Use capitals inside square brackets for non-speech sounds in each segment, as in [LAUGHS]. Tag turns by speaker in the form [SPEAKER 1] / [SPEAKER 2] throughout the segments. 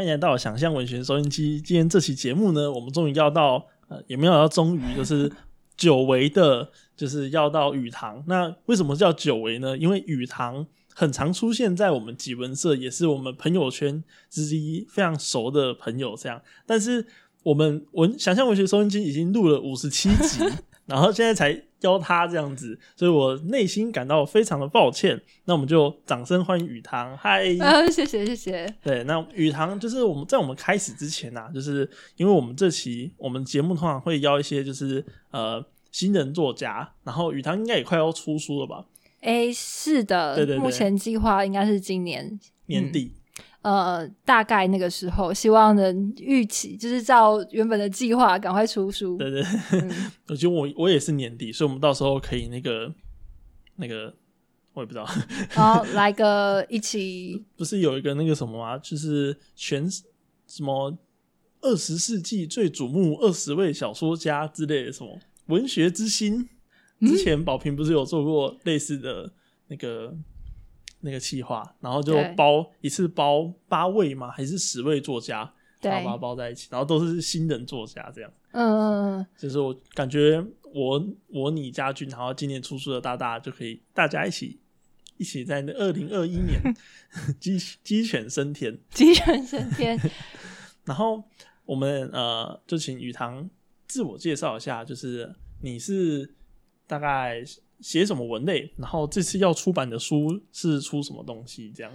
[SPEAKER 1] 迎来到想象文学收音机。今天这期节目呢，我们终于要到呃，也没有要终于，就是久违的，就是要到雨堂。那为什么叫久违呢？因为雨堂很常出现在我们集文社，也是我们朋友圈之一非常熟的朋友这样。但是我们文想象文学收音机已经录了五十七集，然后现在才邀他这样子，所以我内心感到非常的抱歉。那我们就掌声欢迎雨堂，嗨。
[SPEAKER 2] 啊，谢谢谢谢，
[SPEAKER 1] 对，那雨堂就是我们在我们开始之前啊，就是因为我们这期我们节目通常会邀一些就是呃新人作家，然后雨堂应该也快要出书了吧，
[SPEAKER 2] 哎，是的，
[SPEAKER 1] 对对对
[SPEAKER 2] 目前计划应该是今年
[SPEAKER 1] 年底。
[SPEAKER 2] 呃，大概那个时候，希望能预期，就是照原本的计划赶快出书。
[SPEAKER 1] 对对
[SPEAKER 2] 嗯
[SPEAKER 1] 我觉得我我也是年底，所以我们到时候可以那个那个我也不知道，
[SPEAKER 2] 然后来个一起，
[SPEAKER 1] 不是有一个那个什么啊，就是全什么二十世纪最瞩目二十位小说家之类的什么文学之星。
[SPEAKER 2] 嗯
[SPEAKER 1] 之前宝平不是有做过类似的那个那个企划，然后就
[SPEAKER 2] 对
[SPEAKER 1] 包一次包八位吗？还是十位作家，
[SPEAKER 2] 对，
[SPEAKER 1] 然后把它
[SPEAKER 2] 嗯
[SPEAKER 1] 包在一起，然后都是新人作家这样。
[SPEAKER 2] 嗯，嗯
[SPEAKER 1] 就是我感觉我我你家俊，然后今年出书的大大就可以大家一起一起在那二零二一年鸡鸡犬升天。
[SPEAKER 2] 鸡犬升天。
[SPEAKER 1] 然后我们呃就请雨堂自我介绍一下，就是你是大概写什么文类，然后这次要出版的书是出什么东西这样。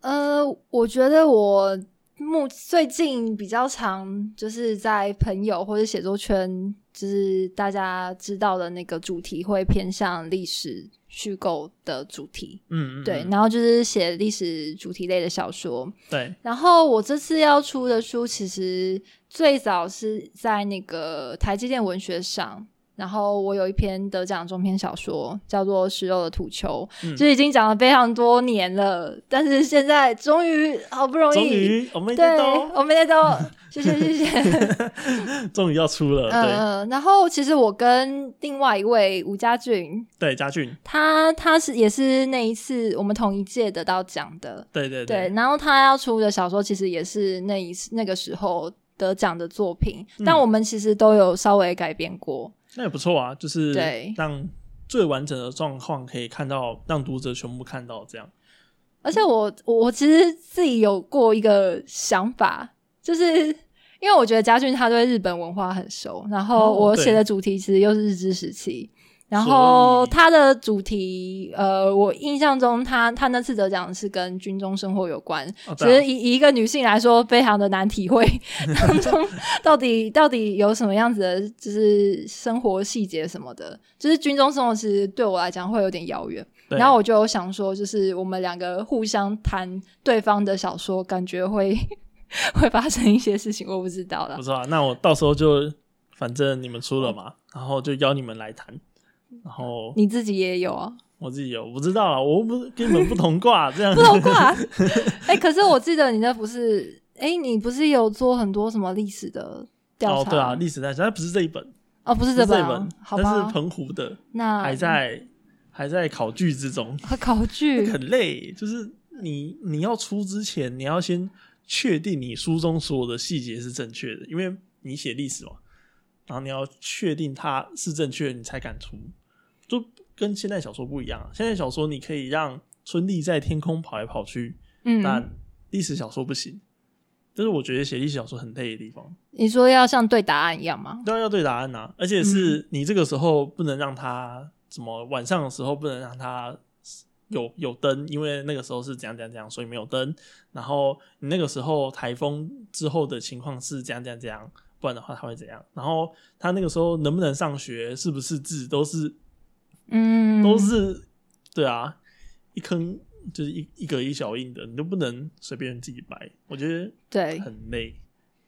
[SPEAKER 2] 呃，我觉得我目最近比较常就是在朋友或者写作圈，就是大家知道的那个主题会偏向历史虚构的主题，
[SPEAKER 1] 嗯，嗯
[SPEAKER 2] 对，
[SPEAKER 1] 嗯
[SPEAKER 2] 然后就是写历史主题类的小说。
[SPEAKER 1] 对，
[SPEAKER 2] 然后我这次要出的书，其实最早是在那个台积电文学赏。然后我有一篇得奖中篇小说，叫做《食肉的土球》，
[SPEAKER 1] 嗯
[SPEAKER 2] 就已经讲了非常多年了。但是现在终于好不容易，
[SPEAKER 1] 终于我们已经
[SPEAKER 2] 对哦
[SPEAKER 1] 都，
[SPEAKER 2] 我们也都
[SPEAKER 1] [LAUGHS]
[SPEAKER 2] 谢谢谢谢。
[SPEAKER 1] 终于要出了，对
[SPEAKER 2] 嗯，然后其实我跟另外一位吴家俊，
[SPEAKER 1] 对，家俊，
[SPEAKER 2] 他他是也是那一次我们同一届得到奖的，
[SPEAKER 1] 对对
[SPEAKER 2] 对，然后他要出的小说其实也是那一那个时候得奖的作品，
[SPEAKER 1] 嗯
[SPEAKER 2] 但我们其实都有稍微改编过。
[SPEAKER 1] 那也不错啊，就是
[SPEAKER 2] 对
[SPEAKER 1] 让最完整的状况可以看到，让读者全部看到这样。
[SPEAKER 2] 而且我我我其实自己有过一个想法，就是因为我觉得家俊他对日本文化很熟，然
[SPEAKER 1] 哦
[SPEAKER 2] 后我
[SPEAKER 1] 对
[SPEAKER 2] 写的主题其实又是日治时期。然
[SPEAKER 1] 所
[SPEAKER 2] 后
[SPEAKER 1] 以
[SPEAKER 2] 他的主题，呃，我印象中他他那次得奖是跟军中生活有关，
[SPEAKER 1] 哦
[SPEAKER 2] 只
[SPEAKER 1] 对啊
[SPEAKER 2] 是以以一个女性来说，非常的难
[SPEAKER 1] [LAUGHS]
[SPEAKER 2] 体会当中到底到底有什么样子的，就是生活细节什么的。就是军中生活，其实对我来讲会有点遥远。
[SPEAKER 1] 对
[SPEAKER 2] 然后我就有想说，就是我们两个互相谈对方的小说，感觉会 [LAUGHS] 会发生一些事情，我不知道啦
[SPEAKER 1] 不。错啊，那我到时候就反正你们出了嘛，然后就邀你们来谈。然后
[SPEAKER 2] 嗯你自己也有啊，
[SPEAKER 1] 我自己有，我不知道啊，我不跟你们不同卦，这样
[SPEAKER 2] [LAUGHS] 不同
[SPEAKER 1] [LAUGHS]
[SPEAKER 2] 挂。哎、可是我记得你那不是，哎、你不是有做很多什么历史的调
[SPEAKER 1] 哦，
[SPEAKER 2] 查？
[SPEAKER 1] 对啊，，历史大学，它不是这一本，
[SPEAKER 2] 哦，不是
[SPEAKER 1] 不
[SPEAKER 2] 这
[SPEAKER 1] 是这
[SPEAKER 2] 本
[SPEAKER 1] 一
[SPEAKER 2] 啊、
[SPEAKER 1] 本，
[SPEAKER 2] 好
[SPEAKER 1] 但
[SPEAKER 2] 吧
[SPEAKER 1] 是？澎湖的
[SPEAKER 2] 那
[SPEAKER 1] 还在还在考据之中，
[SPEAKER 2] 和考据
[SPEAKER 1] 很累。就是你你要出之前，你要先确定你书中所有的细节是正确的，因为你写历史嘛，然后你要确定它是正确的，你才敢出。就跟现代小说不一样啊，现代小说你可以让春丽在天空跑来跑去，
[SPEAKER 2] 嗯，
[SPEAKER 1] 但历史小说不行。这是我觉得写历史小说很累的地方，
[SPEAKER 2] 你说要像对答案一样吗？
[SPEAKER 1] 都要要对答案呐、而且是
[SPEAKER 2] 嗯
[SPEAKER 1] 你这个时候不能让它什么晚上的时候不能让它有有灯，因为那个时候是怎样怎样怎样，所以没有灯。然后你那个时候台风之后的情况是怎样怎样怎样，不然的话它会怎样？然后他那个时候能不能上学，是不是字都是
[SPEAKER 2] 嗯，
[SPEAKER 1] 都是对啊，一坑就是一一格一小印的，你都不能随便自己掰，我觉得
[SPEAKER 2] 对，
[SPEAKER 1] 很累，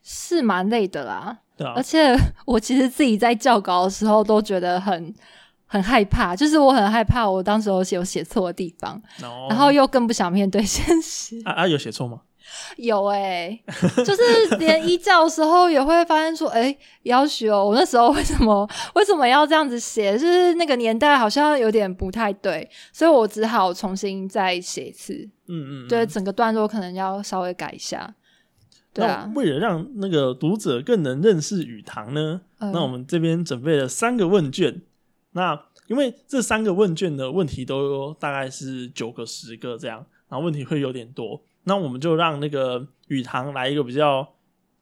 [SPEAKER 2] 是蛮累的啦。
[SPEAKER 1] 对啊
[SPEAKER 2] 而，且我其实自己在校稿的时候都觉得很很害怕，就是我很害怕我当时有写有写错的地方，
[SPEAKER 1] 然后
[SPEAKER 2] 然后又更不想面对现实。
[SPEAKER 1] 哦啊啊有写错吗？
[SPEAKER 2] 有哎、就是连一教的时候也会发现说，哎、要许哦，我那时候为什么为什么要这样子写？就是那个年代好像有点不太对，所以我只好重新再写一次。
[SPEAKER 1] 嗯嗯，嗯
[SPEAKER 2] 对，整个段落可能要稍微改一下。对啊
[SPEAKER 1] 那，为了让那个读者更能认识语堂呢，
[SPEAKER 2] 嗯
[SPEAKER 1] 那我们这边准备了三个问卷。那因为这三个问卷的问题都大概是九个、十个这样，然后问题会有点多。那我们就让那个语堂来一个比较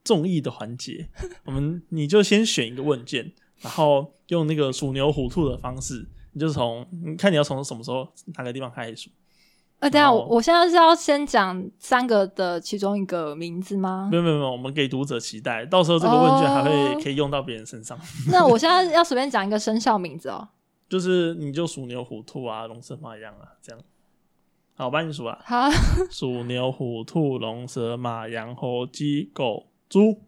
[SPEAKER 1] 综艺的环
[SPEAKER 2] [LAUGHS]
[SPEAKER 1] 节，我们你就先选一个问卷，然后用那个鼠牛虎兔的方式，你就从你看你要从什么时候哪个地方开始数？
[SPEAKER 2] 呃，等一下我
[SPEAKER 1] 好
[SPEAKER 2] 我现在是要先讲三个的其中一个名字吗 [LAUGHS]
[SPEAKER 1] 没？有没有没有，我们给读者期待，到时候这个问卷还
[SPEAKER 2] 哦
[SPEAKER 1] 会可以用到别人身上。
[SPEAKER 2] 那我现在要随便讲一个生肖名字哦。，
[SPEAKER 1] 就是你就鼠牛虎兔啊，龙蛇马羊啊，这样。好，我帮你数啊 [LAUGHS]
[SPEAKER 2] 好， [LAUGHS]
[SPEAKER 1] 鼠牛虎兔龙蛇马羊猴鸡狗猪。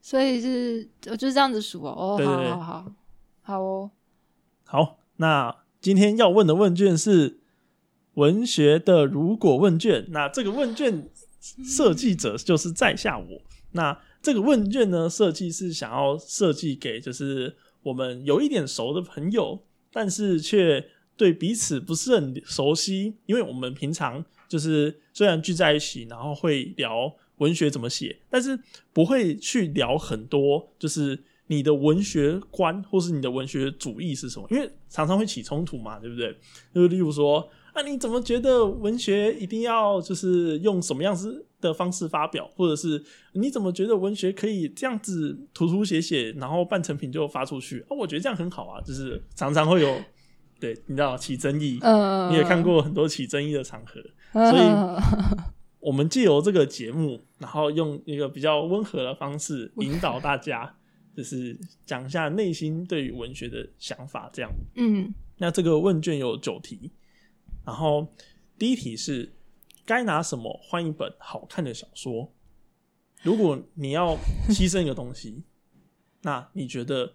[SPEAKER 2] 所以是我就是这样子数哦。哦，
[SPEAKER 1] 对对
[SPEAKER 2] 好
[SPEAKER 1] 对
[SPEAKER 2] 好好，好哦。
[SPEAKER 1] 好，那今天要问的问卷是文学的如果问卷。那这个问卷设计者就是在下我。那这个问卷呢，设计是想要设计给就是我们有一点熟的朋友，但是却对彼此不是很熟悉，因为我们平常就是虽然聚在一起，然后会聊文学怎么写，但是不会去聊很多，就是你的文学观或是你的文学主义是什么，因为常常会起冲突嘛，对不对？就例如说，啊，你怎么觉得文学一定要就是用什么样子的方式发表，或者是你怎么觉得文学可以这样子涂涂写写，然后半成品就发出去？啊，我觉得这样很好啊，就是常常会有，对，你知道起争议，
[SPEAKER 2] 嗯，
[SPEAKER 1] 你也看过很多起争议的场合，
[SPEAKER 2] 嗯，
[SPEAKER 1] 所以
[SPEAKER 2] 嗯
[SPEAKER 1] 我们借由这个节目，然后用一个比较温和的方式引导大家，就是讲一下内心对于文学的想法。这样，
[SPEAKER 2] [LAUGHS] 嗯，
[SPEAKER 1] 那这个问卷有九题，然后第一题是该拿什么换一本好看的小说？如果你要牺牲一个东
[SPEAKER 2] [LAUGHS]
[SPEAKER 1] 西，那你觉得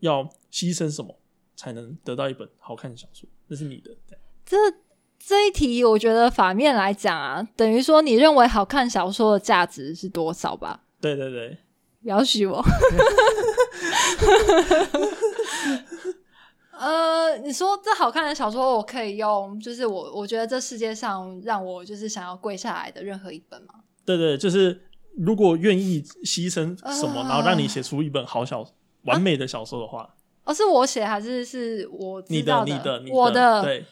[SPEAKER 1] 要牺牲什么才能得到一本好看的小说？那是你的，这样
[SPEAKER 2] 这这一题我觉得反面来讲啊，等于说你认为好看小说的价值是多少吧？
[SPEAKER 1] 对对对，
[SPEAKER 2] 要许我。 [LAUGHS] 呃，你说这好看的小说，我可以用，就是我我觉得这世界上让我就是想要跪下来的任何一本嘛。
[SPEAKER 1] 对对，就是如果愿意牺牲什么，
[SPEAKER 2] 啊
[SPEAKER 1] 然后让你写出一本好小、完美的小说的话，
[SPEAKER 2] 哦，是我写还是是我知
[SPEAKER 1] 你
[SPEAKER 2] 道
[SPEAKER 1] 你的、你
[SPEAKER 2] 我
[SPEAKER 1] 的，
[SPEAKER 2] 的？，啊
[SPEAKER 1] 对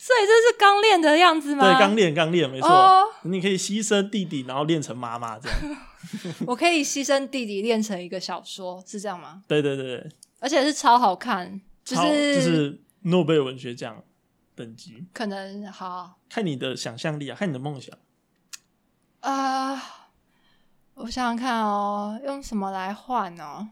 [SPEAKER 2] 所以这是刚练的样子
[SPEAKER 1] 对，
[SPEAKER 2] 吗？
[SPEAKER 1] 刚练刚练，没错，
[SPEAKER 2] 哦
[SPEAKER 1] 你可以牺牲弟弟，然后练成妈妈这样。
[SPEAKER 2] 我可以牺牲弟弟练成一个小说，是这样吗？
[SPEAKER 1] 对对对对，
[SPEAKER 2] 而且是超好看，就
[SPEAKER 1] 好
[SPEAKER 2] 是
[SPEAKER 1] 就是诺贝尔文学奖等级，
[SPEAKER 2] 可能好
[SPEAKER 1] 看你的想象力啊，看你的梦想。
[SPEAKER 2] 啊、我想想看哦，用什么来换哦？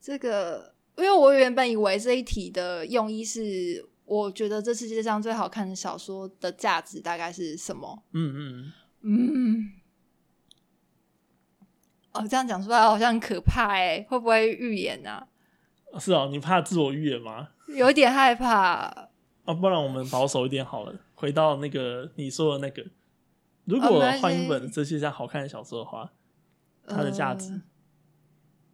[SPEAKER 2] 这个，因为我原本以为这一题的用意是，我觉得这世界上最好看的小说的价值大概是什么？
[SPEAKER 1] 嗯嗯，
[SPEAKER 2] 嗯，哦，这样讲出来好像很可怕哎、会不会预言啊？
[SPEAKER 1] 嗯是哦，你怕自我预言吗？
[SPEAKER 2] 有一点害怕。
[SPEAKER 1] 啊，不然我们保守一点好了，回到那个你说的那个，如
[SPEAKER 2] 哦没
[SPEAKER 1] 果
[SPEAKER 2] 关系
[SPEAKER 1] 换一本这些上好看的小说的话，
[SPEAKER 2] 哦
[SPEAKER 1] 它的价值。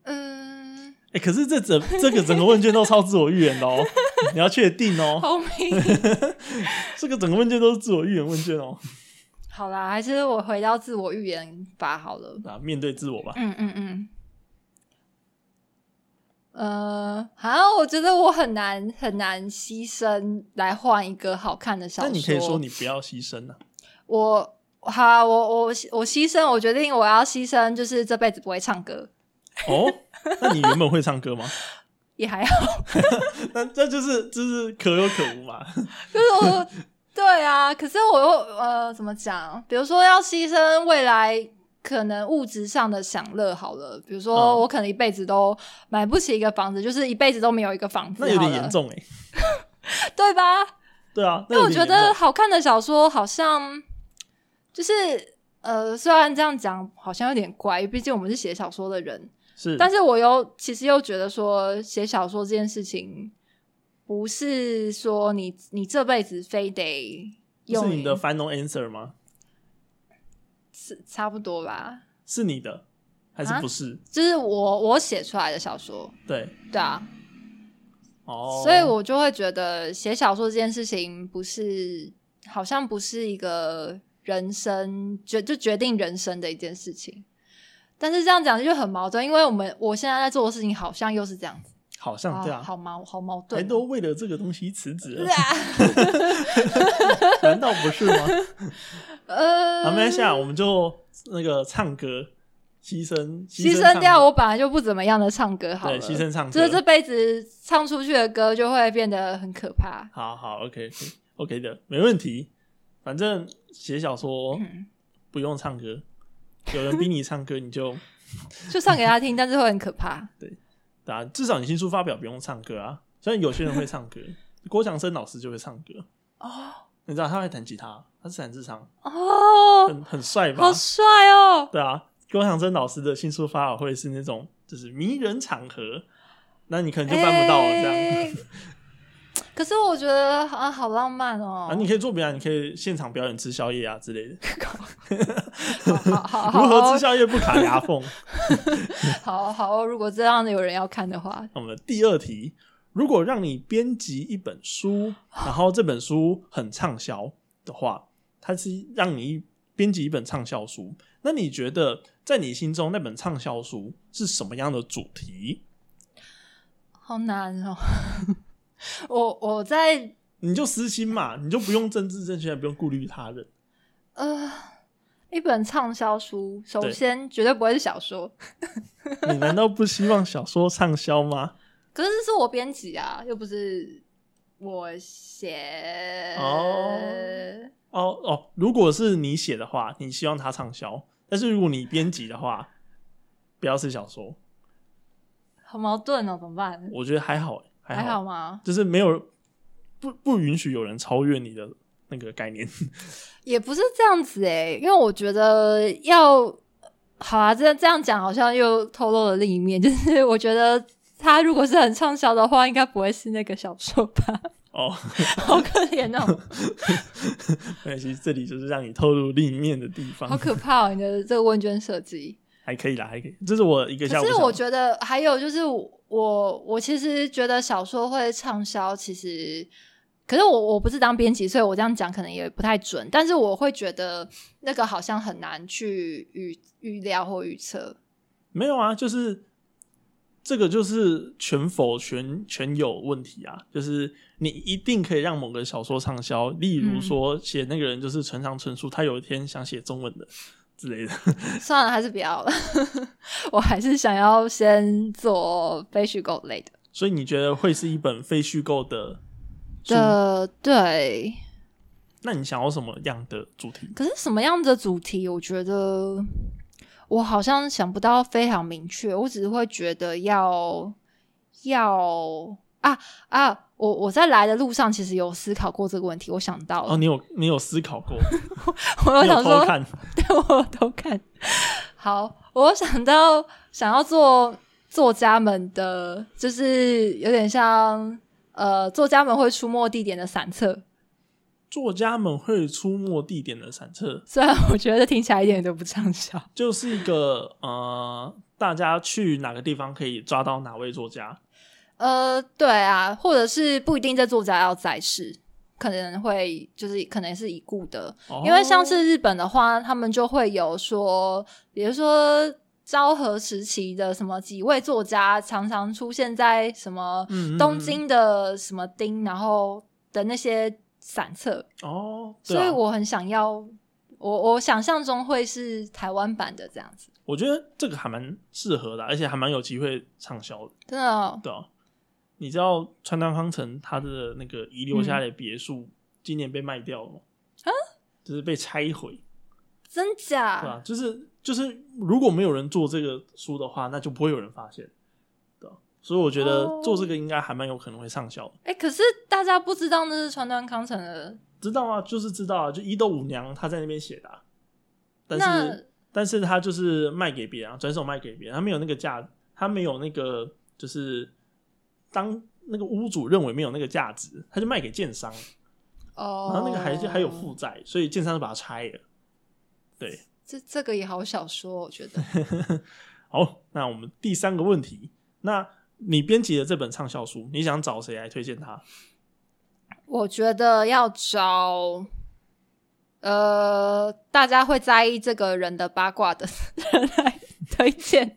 [SPEAKER 2] 呃嗯，
[SPEAKER 1] 哎、可是这整 [LAUGHS] 这个整个问卷都超自我预言的
[SPEAKER 2] [LAUGHS]
[SPEAKER 1] 哦，你要确定哦，
[SPEAKER 2] 后面。
[SPEAKER 1] 这个整个问卷都是自我预言问卷哦。
[SPEAKER 2] 好啦，还是我回到自我预言法好了。
[SPEAKER 1] 啊，面对自我吧，
[SPEAKER 2] 嗯嗯嗯。呃，好，我觉得我很难很难牺牲来换一个好看的小
[SPEAKER 1] 那
[SPEAKER 2] 说。
[SPEAKER 1] 你可以说你不要牺牲啊。
[SPEAKER 2] 我好，我我我牺牲，我决定我要牺牲，就是这辈子不会唱歌，
[SPEAKER 1] 哦，那你原本会唱歌吗？
[SPEAKER 2] 也还好。 [LAUGHS]
[SPEAKER 1] [LAUGHS] 那这就是就是可有可无嘛。
[SPEAKER 2] 就是我，对啊，可是我又呃，怎么讲？比如说要牺牲未来可能物质上的享乐好了，比如说
[SPEAKER 1] 嗯
[SPEAKER 2] 我可能一辈子都买不起一个房子，就是一辈子都没有一个房子，
[SPEAKER 1] [LAUGHS] 那有点严，重哎、
[SPEAKER 2] 对吧？
[SPEAKER 1] [LAUGHS] 对啊，那
[SPEAKER 2] 因为
[SPEAKER 1] 有
[SPEAKER 2] 我
[SPEAKER 1] 点
[SPEAKER 2] 觉
[SPEAKER 1] 严
[SPEAKER 2] 得
[SPEAKER 1] 重。
[SPEAKER 2] 好看的小说好像就是呃，虽然这样讲好像有点怪，毕竟我们是写小说的人，
[SPEAKER 1] 是，
[SPEAKER 2] 但是我又其实又觉得说写小说这件事情不是说你你这辈子非得
[SPEAKER 1] 是
[SPEAKER 2] 用
[SPEAKER 1] 你的 final answer 吗？
[SPEAKER 2] 是差不多吧，
[SPEAKER 1] 是你的还是
[SPEAKER 2] 啊
[SPEAKER 1] 不是？
[SPEAKER 2] 就是我我写出来的小说，
[SPEAKER 1] 对，
[SPEAKER 2] 对啊，
[SPEAKER 1] 哦，
[SPEAKER 2] 所以我就会觉得写小说这件事情不是好像不是一个人生决就决定人生的一件事情。但是这样讲就很矛盾，因为我们我现在在做的事情好像又是这样子，
[SPEAKER 1] 好像对
[SPEAKER 2] 啊
[SPEAKER 1] 啊，
[SPEAKER 2] 好矛好矛
[SPEAKER 1] 还
[SPEAKER 2] 盾哦， [LAUGHS]
[SPEAKER 1] 都为了这个东西辞职
[SPEAKER 2] 是 [LAUGHS]
[SPEAKER 1] 了，
[SPEAKER 2] 啊，
[SPEAKER 1] 难道不是吗？
[SPEAKER 2] 呃，
[SPEAKER 1] 好，没关系啊，我们就那个唱歌，牺牲
[SPEAKER 2] 牺
[SPEAKER 1] 唱
[SPEAKER 2] 牲
[SPEAKER 1] 歌
[SPEAKER 2] 掉我本来就不怎么样的唱歌好了，
[SPEAKER 1] 对，牺牲唱歌，
[SPEAKER 2] 就是这辈子唱出去的歌就会变得很可怕。
[SPEAKER 1] 好好，OK OK 的，没问题。反正写小说
[SPEAKER 2] 嗯，
[SPEAKER 1] 不用唱歌，有人逼你唱歌，你就
[SPEAKER 2] 就唱给他听，但是会很可怕。
[SPEAKER 1] 啊，至少你新书发表不用唱歌啊。虽然有些人会唱
[SPEAKER 2] [LAUGHS]
[SPEAKER 1] 歌，郭强生老师就会唱歌
[SPEAKER 2] 哦
[SPEAKER 1] 你知道他会弹吉他，他是弹自唱，
[SPEAKER 2] 哦，
[SPEAKER 1] 很很帅吧
[SPEAKER 2] 好？帅哦！
[SPEAKER 1] 对啊，郭强生老师的新书发表会是那种就是迷人场合，那你可能就办不到了这样。 [LAUGHS]
[SPEAKER 2] 哎可是我觉得啊，好浪漫哦！
[SPEAKER 1] 啊，你可以做别的，你可以现场表演吃宵夜啊之类的。
[SPEAKER 2] 好哦
[SPEAKER 1] [LAUGHS]
[SPEAKER 2] 好好
[SPEAKER 1] 如何吃
[SPEAKER 2] 好
[SPEAKER 1] 宵夜不卡牙缝？
[SPEAKER 2] 好好哦，如果这样的有人要看的话，
[SPEAKER 1] 那我们的第二题，如果让你编辑一本书，然后这本书很畅销的话，它是让你编辑一本畅销书，那你觉得在你心中那本畅销书是什么样的主题？
[SPEAKER 2] 好难哦。 [LAUGHS] 我我在
[SPEAKER 1] 你就私心嘛，你就不用政治正确，不用顾虑他人。
[SPEAKER 2] 呃，一本畅销书，首
[SPEAKER 1] 对
[SPEAKER 2] 先绝对不会是小说，
[SPEAKER 1] 你难道不希望小说畅销吗？
[SPEAKER 2] 可是这是我编辑啊，又不是我写。
[SPEAKER 1] 哦哦哦，如果是你写的话，你希望它畅销；但是如果你编辑的话，不要是小说，
[SPEAKER 2] 好矛盾哦，怎么办？
[SPEAKER 1] 我觉得还好、还好，
[SPEAKER 2] 还好吗？
[SPEAKER 1] 就是没有不不允许有人超越你的那个概念。 [LAUGHS]
[SPEAKER 2] 也不是这样子诶、因为我觉得要好啊，这这样讲好像又透露了另一面， [LAUGHS] 就是我觉得他如果是很畅销的话，应该不会是那个小说吧？
[SPEAKER 1] 哦， [LAUGHS]
[SPEAKER 2] 好可怜哦，
[SPEAKER 1] 没关系，这里就是让你透露另一面的地
[SPEAKER 2] 好
[SPEAKER 1] 方，
[SPEAKER 2] 可怕哦！你的这个问卷设计，
[SPEAKER 1] 还可以啦，还可以。这是我一个下
[SPEAKER 2] 可
[SPEAKER 1] 午
[SPEAKER 2] 是
[SPEAKER 1] 想法。
[SPEAKER 2] 我觉得还有就是我我我其实觉得小说会畅销，其实可是我我不是当编辑，所以我这样讲可能也不太准，但是我会觉得那个好像很难去预预料或预测。
[SPEAKER 1] 没有啊，就是这个就是全否全全有问题啊，就是你一定可以让某个小说畅销，例
[SPEAKER 2] 嗯
[SPEAKER 1] 如说写那个人就是村上春树，他有一天想写中文的之类的， [LAUGHS]
[SPEAKER 2] 算了，还是不要了， [LAUGHS] 我还是想要先做非虚构类的。
[SPEAKER 1] 所以你觉得会是一本非虚构的书？
[SPEAKER 2] 的呃对，
[SPEAKER 1] 那你想要什么样的主题？
[SPEAKER 2] 可是什么样的主题，我觉得我好像想不到非常明确，我只是会觉得要要啊啊！我我在来的路上其实有思考过这个问题，我想到了，
[SPEAKER 1] 哦，你有你有思考过？
[SPEAKER 2] [LAUGHS] 我有
[SPEAKER 1] 你
[SPEAKER 2] 想
[SPEAKER 1] 有
[SPEAKER 2] 说
[SPEAKER 1] 偷，看？
[SPEAKER 2] [LAUGHS] 对我都看。好，我想到想要做作家们的，就是有点像呃，作家们会出没地点的散册。
[SPEAKER 1] [LAUGHS] 作家们会出没地点的散策，
[SPEAKER 2] 虽然我觉得听起来一点都不畅销，
[SPEAKER 1] 就是一个呃，大家去哪个地方可以抓到哪位作家？
[SPEAKER 2] [LAUGHS] 呃，对啊，或者是不一定这作家要在世，可能会就是可能是已故的，
[SPEAKER 1] 哦
[SPEAKER 2] 因为像是日本的话，他们就会有说，比如说昭和时期的什么几位作家，常常出现在什么
[SPEAKER 1] 嗯嗯嗯
[SPEAKER 2] 东京的什么町，然后的那些散册，
[SPEAKER 1] 哦，对啊
[SPEAKER 2] 所以我很想要。我我想象中会是台湾版的这样子，
[SPEAKER 1] 我觉得这个还蛮适合的，而且还蛮有机会畅销的，
[SPEAKER 2] 真的哦、
[SPEAKER 1] 对啊。你知道川端康成他的那个遗留下来的别墅、
[SPEAKER 2] 嗯
[SPEAKER 1] 今年被卖掉了吗？
[SPEAKER 2] 啊
[SPEAKER 1] 就是被拆毁，
[SPEAKER 2] 真
[SPEAKER 1] 对
[SPEAKER 2] 假？
[SPEAKER 1] 啊，就是就是，如果没有人做这个书的话，那就不会有人发现，对啊、所以我觉
[SPEAKER 2] 哦
[SPEAKER 1] 得做这个应该还蛮有可能会上销的。
[SPEAKER 2] 哎、可是大家不知道那是川端康成的
[SPEAKER 1] 知道啊，就是知道啊，就伊豆舞娘她在那边写的、啊，但
[SPEAKER 2] 那
[SPEAKER 1] 是但是她就是卖给别人、啊，转手卖给别人，她没有那个价，她没有那个就是当那个屋主认为没有那个价值，她就卖给建商，
[SPEAKER 2] 哦，
[SPEAKER 1] 然啊后那个还是还有负债，所以建商就把它拆了。对，
[SPEAKER 2] 这这个也好小说，哦我觉得
[SPEAKER 1] 好，那我们第三个问题，那你编辑的这本畅销书，你想找谁来推荐它？
[SPEAKER 2] 我觉得要找
[SPEAKER 1] [LAUGHS]
[SPEAKER 2] 呃大家会在意这个人的八卦的人来推荐，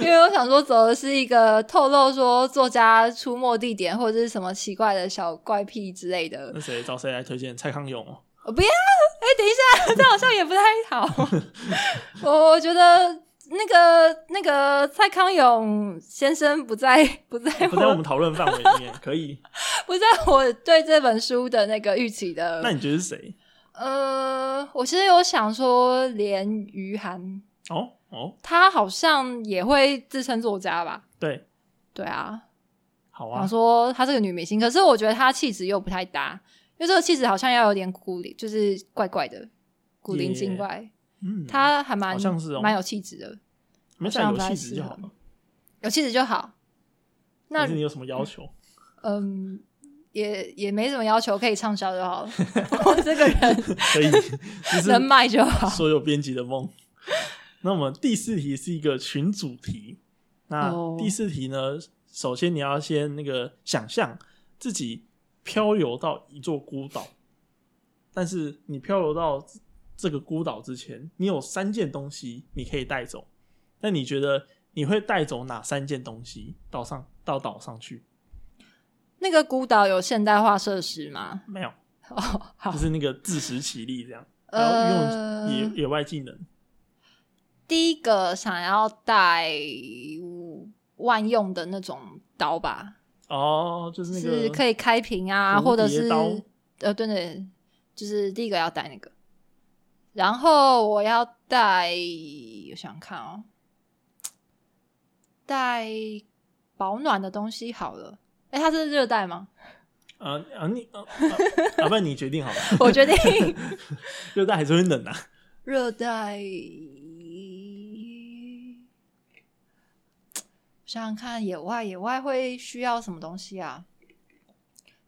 [SPEAKER 2] 因为我想说走的是一个透露说作家出没地点或者是什么奇怪的小怪癖之类的。
[SPEAKER 1] 那谁找谁来推荐？蔡康永哦，
[SPEAKER 2] 呃不要，哎、等一下，这好像也不太
[SPEAKER 1] [LAUGHS]
[SPEAKER 2] 好。我我觉得那个那个蔡康永先生不在不在
[SPEAKER 1] 哦不在我
[SPEAKER 2] 哎我
[SPEAKER 1] 们讨论范围里面，可以。
[SPEAKER 2] 不在我对这本书的那个预期的
[SPEAKER 1] 那你觉得是谁？
[SPEAKER 2] 呃，我其实有想说，连于涵
[SPEAKER 1] 哦哦，
[SPEAKER 2] 他好像也会自称作家吧？
[SPEAKER 1] 对，
[SPEAKER 2] 对啊，
[SPEAKER 1] 好
[SPEAKER 2] 想
[SPEAKER 1] 啊，
[SPEAKER 2] 说她是个女明星，可是我觉得她气质又不太搭，因为这个气质好像要有点古灵，就是怪怪的，古灵精怪。
[SPEAKER 1] 嗯，
[SPEAKER 2] 她还蛮
[SPEAKER 1] 好像是哦
[SPEAKER 2] 蛮有气质的，
[SPEAKER 1] 没
[SPEAKER 2] 好
[SPEAKER 1] 想
[SPEAKER 2] 像
[SPEAKER 1] 有
[SPEAKER 2] 不太
[SPEAKER 1] 气质
[SPEAKER 2] 适
[SPEAKER 1] 就
[SPEAKER 2] 合
[SPEAKER 1] 好了。
[SPEAKER 2] 有气质就好。那
[SPEAKER 1] 还是你有什么要求？
[SPEAKER 2] 嗯，也也没什么要求，可以畅销
[SPEAKER 1] [LAUGHS]
[SPEAKER 2] 就好了。我这个人
[SPEAKER 1] 可以，就是
[SPEAKER 2] 能卖就好。
[SPEAKER 1] 所有编辑的梦。 [LAUGHS] 那我们第四题是一个群主题。那
[SPEAKER 2] 哦
[SPEAKER 1] 第四题呢？首先你要先那个想象自己漂流到一座孤岛，但是你漂流到这个孤岛之前，你有三件东西你可以带走。那你觉得你会带走哪三件东西到上到岛上去？
[SPEAKER 2] 那个孤岛有现代化设施吗？
[SPEAKER 1] 没有，
[SPEAKER 2] 哦，好
[SPEAKER 1] 就，是哦那个自食其力这样，然后
[SPEAKER 2] 呃
[SPEAKER 1] 用野野外技能。
[SPEAKER 2] 第一个想要带万用的那种刀吧，
[SPEAKER 1] 哦，就是那个
[SPEAKER 2] 是可以开瓶啊，
[SPEAKER 1] 蝴
[SPEAKER 2] 或者
[SPEAKER 1] 蝶
[SPEAKER 2] 是
[SPEAKER 1] 刀
[SPEAKER 2] 呃，对对，就是第一个要带那个。然后我要带，我想想看哦，带保暖的东西好了。哎，它是热
[SPEAKER 1] [LAUGHS]
[SPEAKER 2] 带吗？
[SPEAKER 1] 啊啊你啊，啊啊不然你决定好了，
[SPEAKER 2] [LAUGHS] 我
[SPEAKER 1] [LAUGHS]
[SPEAKER 2] 决定
[SPEAKER 1] 热带还是会冷啊。
[SPEAKER 2] 热带，想想看，野外野外会需要什么东西啊？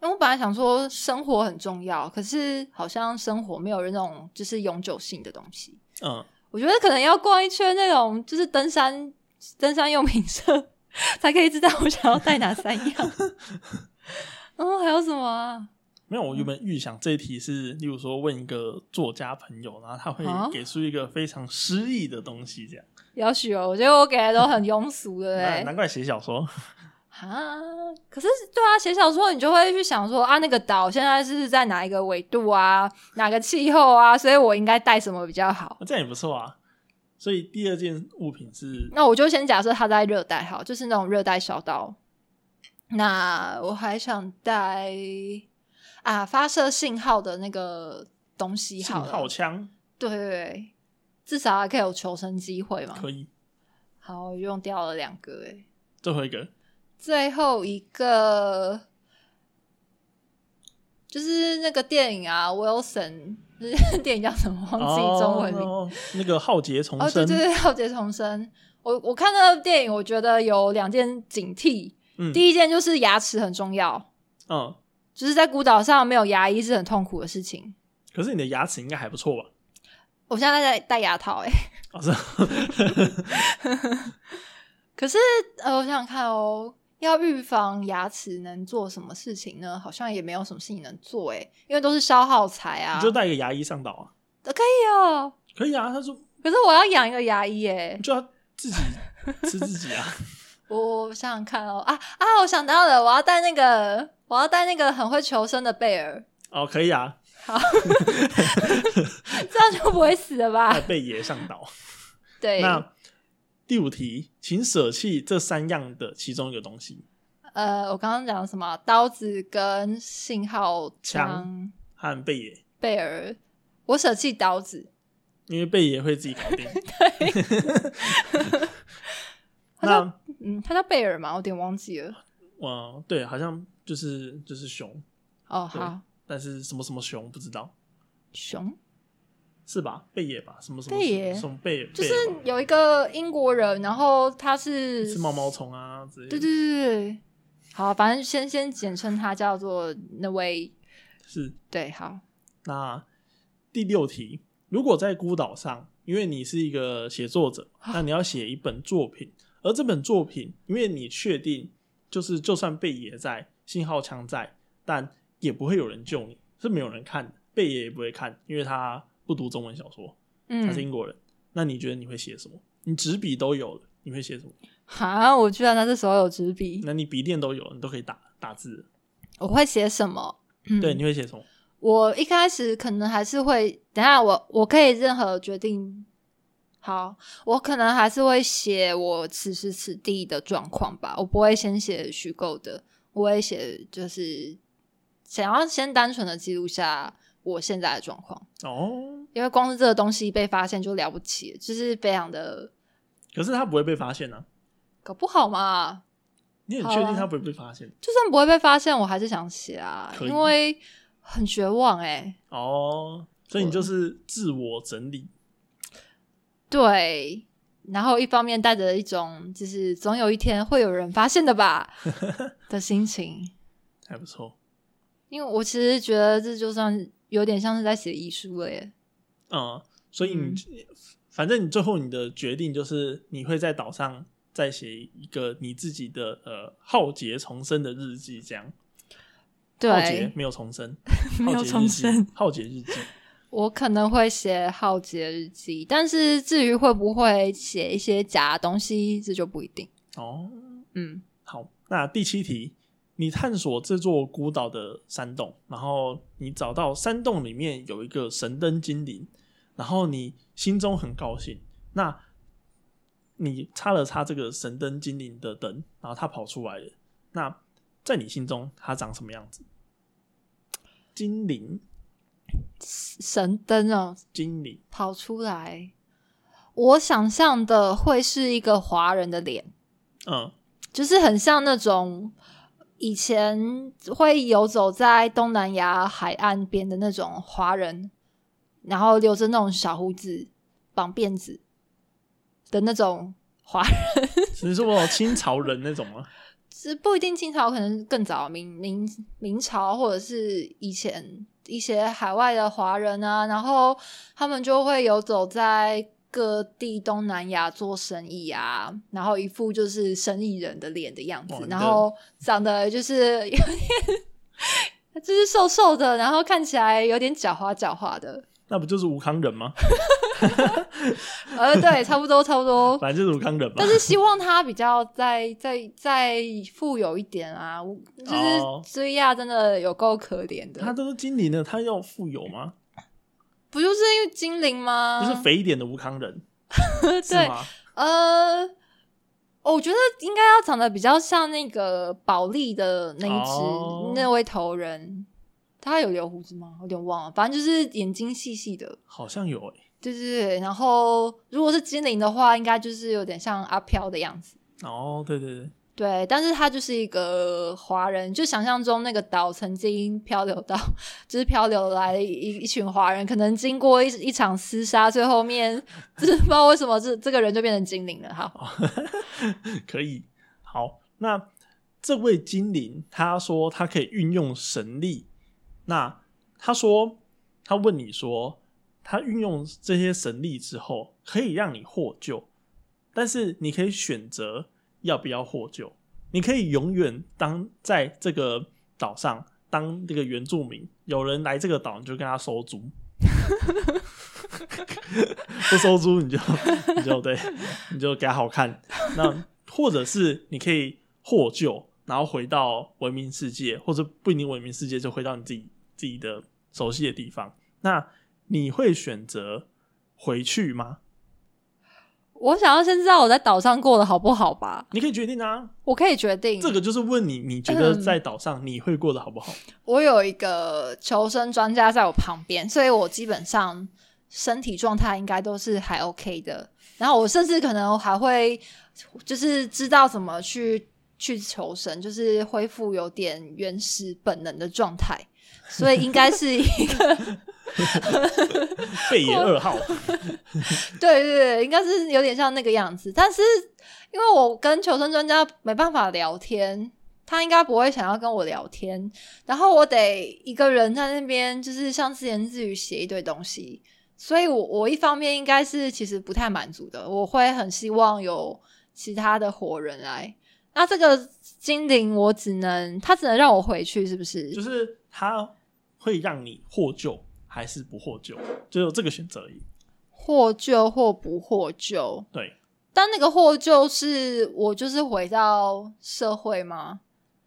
[SPEAKER 2] 因为我本来想说生活很重要，可是好像生活没有那种就是永久性的东西。
[SPEAKER 1] 嗯，
[SPEAKER 2] 我觉得可能要逛一圈那种就是登山登山用品社，才可以知道我想要带哪三样。嗯，还有什么啊？
[SPEAKER 1] 没有，我原本预想这一题是，例如说问一个作家朋友，然后他会
[SPEAKER 2] 啊
[SPEAKER 1] 给出一个非常诗意的东西，这样。
[SPEAKER 2] 要许哦，我觉得我给的都很庸俗的、欸，
[SPEAKER 1] 难难怪写小说，
[SPEAKER 2] 啊，可是对啊，写小说你就会去想说啊，那个岛现在是在哪一个纬度啊，哪个气候啊，所以我应该带什么比较好？
[SPEAKER 1] 这样也不错啊。所以第二件物品是
[SPEAKER 2] 那我就先假设它在热带好，就是那种热带小岛。那我还想带啊发射信号的那个东西
[SPEAKER 1] 信
[SPEAKER 2] 好了，
[SPEAKER 1] 号枪，
[SPEAKER 2] 对对对，至少还可以有求生机会嘛。
[SPEAKER 1] 可以。
[SPEAKER 2] 好，我用掉了两个欸诶、
[SPEAKER 1] 最后一个，
[SPEAKER 2] 最后一个就是那个电影啊，Wilson，就是 [LAUGHS] 电影叫什么？忘记中文名。哦
[SPEAKER 1] 哦，那个浩劫重
[SPEAKER 2] 对
[SPEAKER 1] 生，
[SPEAKER 2] 对对，浩劫重生。我我看那个电影，我觉得有两件警惕。
[SPEAKER 1] 嗯
[SPEAKER 2] 第一件就是牙齿很重要，
[SPEAKER 1] 嗯，
[SPEAKER 2] 就是在孤岛上没有牙医是很痛苦的事情。
[SPEAKER 1] 可是你的牙齿应该还不错吧？
[SPEAKER 2] 我现在在戴牙套、欸， [LAUGHS]
[SPEAKER 1] 哦，是
[SPEAKER 2] 可是呃，我想想看哦，要预防牙齿能做什么事情呢？好像也没有什么事情能做、欸，因为都是消耗材啊。
[SPEAKER 1] 你就带一个牙医上岛啊，
[SPEAKER 2] 哦，
[SPEAKER 1] 可以啊。他说，
[SPEAKER 2] 可是我要养一个牙医耶，
[SPEAKER 1] 就要自己吃自
[SPEAKER 2] [LAUGHS]
[SPEAKER 1] 己啊。
[SPEAKER 2] 我我想想看哦，啊啊，我想到了，我要带那个，我要带那个很会求生的贝尔， [LAUGHS]
[SPEAKER 1] 哦，可以啊，
[SPEAKER 2] 这样就不会死了吧
[SPEAKER 1] 带？贝爷上岛。
[SPEAKER 2] 啊对，
[SPEAKER 1] 那第五题，请舍弃这三样的其中一个东西
[SPEAKER 2] 呃，我刚刚讲什么？刀子跟信号
[SPEAKER 1] 枪
[SPEAKER 2] 枪，
[SPEAKER 1] 和贝爷，
[SPEAKER 2] 贝尔，我舍弃刀子，
[SPEAKER 1] 因为贝爷会自己搞定。
[SPEAKER 2] [LAUGHS]
[SPEAKER 1] [LAUGHS]
[SPEAKER 2] 他
[SPEAKER 1] 那
[SPEAKER 2] 嗯，他叫贝尔嘛，我有点忘记了。
[SPEAKER 1] 我对，好像就是就是熊，
[SPEAKER 2] 哦，
[SPEAKER 1] 对
[SPEAKER 2] 好，
[SPEAKER 1] 但是什么什么熊不知道
[SPEAKER 2] 熊
[SPEAKER 1] 是吧？贝爷吧，什么什么
[SPEAKER 2] 贝爷
[SPEAKER 1] 什么贝
[SPEAKER 2] 就
[SPEAKER 1] 贝
[SPEAKER 2] 是
[SPEAKER 1] 爷吧
[SPEAKER 2] 有一个英国人，然后他是
[SPEAKER 1] 是毛毛虫啊之类
[SPEAKER 2] 对
[SPEAKER 1] 的，
[SPEAKER 2] 对对对对，好，反正先先简称它叫做那位，
[SPEAKER 1] 是
[SPEAKER 2] 对，好，
[SPEAKER 1] 那第六题，如果在孤岛上，因为你是一个写作者，那你要写一本作品，而这本作品，因为你确定就是就算贝爷在，信号枪在，但也不会有人救你，是没有人看的，贝爷也不会看，因为他不读中文小说，他是
[SPEAKER 2] 嗯
[SPEAKER 1] 英国人。那你觉得你会写什么？你纸笔都有了，你会写什么？
[SPEAKER 2] 哈，我居然在这时候有纸笔，
[SPEAKER 1] 那你笔电都有了，你都可以打打字了，
[SPEAKER 2] 我会写什么？嗯
[SPEAKER 1] 对，你会写什么？
[SPEAKER 2] 我一开始可能还是会，等一下我我可以任何决定。好，我可能还是会写我此时此地的状况吧，我不会先写虚构的，我会写就是想要先单纯的记录下我现在的状况，
[SPEAKER 1] 哦，
[SPEAKER 2] 因为光是这个东西被发现就了不起了，就是非常的
[SPEAKER 1] 可是他不会被发现啊，
[SPEAKER 2] 搞不好嘛，
[SPEAKER 1] 你很
[SPEAKER 2] 好啊
[SPEAKER 1] 确定他不会被发现？
[SPEAKER 2] 就算不会被发现，我还是想写啊，
[SPEAKER 1] 可以
[SPEAKER 2] 因为很绝望哎、
[SPEAKER 1] 哦，所以你就是自我整理，
[SPEAKER 2] 对，然后一方面带着一种就是总有一天会有人发现
[SPEAKER 1] [LAUGHS]
[SPEAKER 2] 的吧的心情，
[SPEAKER 1] 还不错。
[SPEAKER 2] 因为我其实觉得这就算有点像是在写遗书了耶。
[SPEAKER 1] 嗯，所以你、反正你最后你的决定就是你会在岛上再写一个你自己的呃浩劫重生的日记，这样。浩
[SPEAKER 2] [LAUGHS]
[SPEAKER 1] 劫
[SPEAKER 2] 对，
[SPEAKER 1] 没有重生，
[SPEAKER 2] 没有重生，
[SPEAKER 1] 浩劫日记。
[SPEAKER 2] 我可能会写浩劫日记，但是至于会不会写一些假的东西，这就不一定。
[SPEAKER 1] 哦，
[SPEAKER 2] 嗯，
[SPEAKER 1] 好，那第七题，你探索这座孤岛的山洞，然后你找到山洞里面有一个神灯精灵，然后你心中很高兴。那你擦了擦这个神灯精灵的灯，然后它跑出来了。那在你心中，它长什么样子？精灵，
[SPEAKER 2] 神灯哦，
[SPEAKER 1] 精灵，
[SPEAKER 2] 跑出来，我想象的会是一个华人的脸。
[SPEAKER 1] 嗯，
[SPEAKER 2] 就是很像那种以前会游走在东南亚海岸边的那种华人，然后留着那种小胡子、绑辫子的那种华人，
[SPEAKER 1] 你是我清朝人那种吗？
[SPEAKER 2] 是不一定清朝，可能更早明明明朝，或者是以前一些海外的华人啊，然后他们就会游走在。各地东南亚做生意啊，然后一副就是生意人的脸的样子
[SPEAKER 1] 哇，你的
[SPEAKER 2] 然后长得就是有点， [LAUGHS] 就是瘦瘦的，然后看起来有点狡猾狡猾的，
[SPEAKER 1] 那不就是武康人吗？
[SPEAKER 2] 呃，对，差不多差不多，
[SPEAKER 1] 反正就是武康人嘛。
[SPEAKER 2] [LAUGHS] 但是希望他比较再再再富有一点啊，我就是
[SPEAKER 1] 哦
[SPEAKER 2] 追亚真的有够可怜的，
[SPEAKER 1] 他都是精灵了，他要富有吗？
[SPEAKER 2] 不就是因为精灵吗？
[SPEAKER 1] 就是肥一点的吴康人，是
[SPEAKER 2] 对，
[SPEAKER 1] 吗？
[SPEAKER 2] 呃，哦我觉得应该要长得比较像那个保利的那一只、
[SPEAKER 1] 哦
[SPEAKER 2] 那位头人，他有留胡子吗？有点忘了，反正就是眼睛细细的，
[SPEAKER 1] 好像有欸诶、
[SPEAKER 2] 对对对。然后如果是精灵的话，应该就是有点像阿飘的样子。
[SPEAKER 1] 哦，对对对，
[SPEAKER 2] 对，但是他就是一个华人，就想象中那个岛曾经漂流到，就是漂流来了一一群华人，可能经过一一场厮杀，最后面 [LAUGHS] 就是不知道为什么这这个人就变成精灵了。好，
[SPEAKER 1] 哦 [LAUGHS] 可以。好，那这位精灵他说他可以运用神力，那他说他问你说他运用这些神力之后可以让你获救，但是你可以选择要不要获救，你可以永远当在这个岛上当这个原住民，有人来这个岛你就跟他收租。 [LAUGHS] 不收租你就你就对，你就给他好看。那或者是你可以获救，然后回到文明世界，或者不一定文明世界，就回到你自己自己的熟悉的地方。那你会选择回去吗？
[SPEAKER 2] 我想要先知道我在岛上过得好不好吧，
[SPEAKER 1] 你可以决定啊，
[SPEAKER 2] 我可以决定。
[SPEAKER 1] 这个就是问你，你觉得在岛上你会过得好不好？
[SPEAKER 2] 我有一个求生专家在我旁边，所以我基本上身体状态应该都是还 OK 的。然后我甚至可能还会就是知道怎么去去求生，就是恢复有点原始本能的状态，所以应该是一个
[SPEAKER 1] 贝爷二号，
[SPEAKER 2] 对对对，应该是有点像那个样子。但是因为我跟求生专家没办法聊天，他应该不会想要跟我聊天，然后我得一个人在那边，就是像自言自语写一堆东西。所以我，我一方面应该是其实不太满足的，我会很希望有其他的活人来。那这个精灵，我只能他只能让我回去，是不是？
[SPEAKER 1] 就是他会让你获救还是不获救，只有这个选择而已。
[SPEAKER 2] 获救或不获救。
[SPEAKER 1] 对，
[SPEAKER 2] 但那个获救是我就是回到社会吗？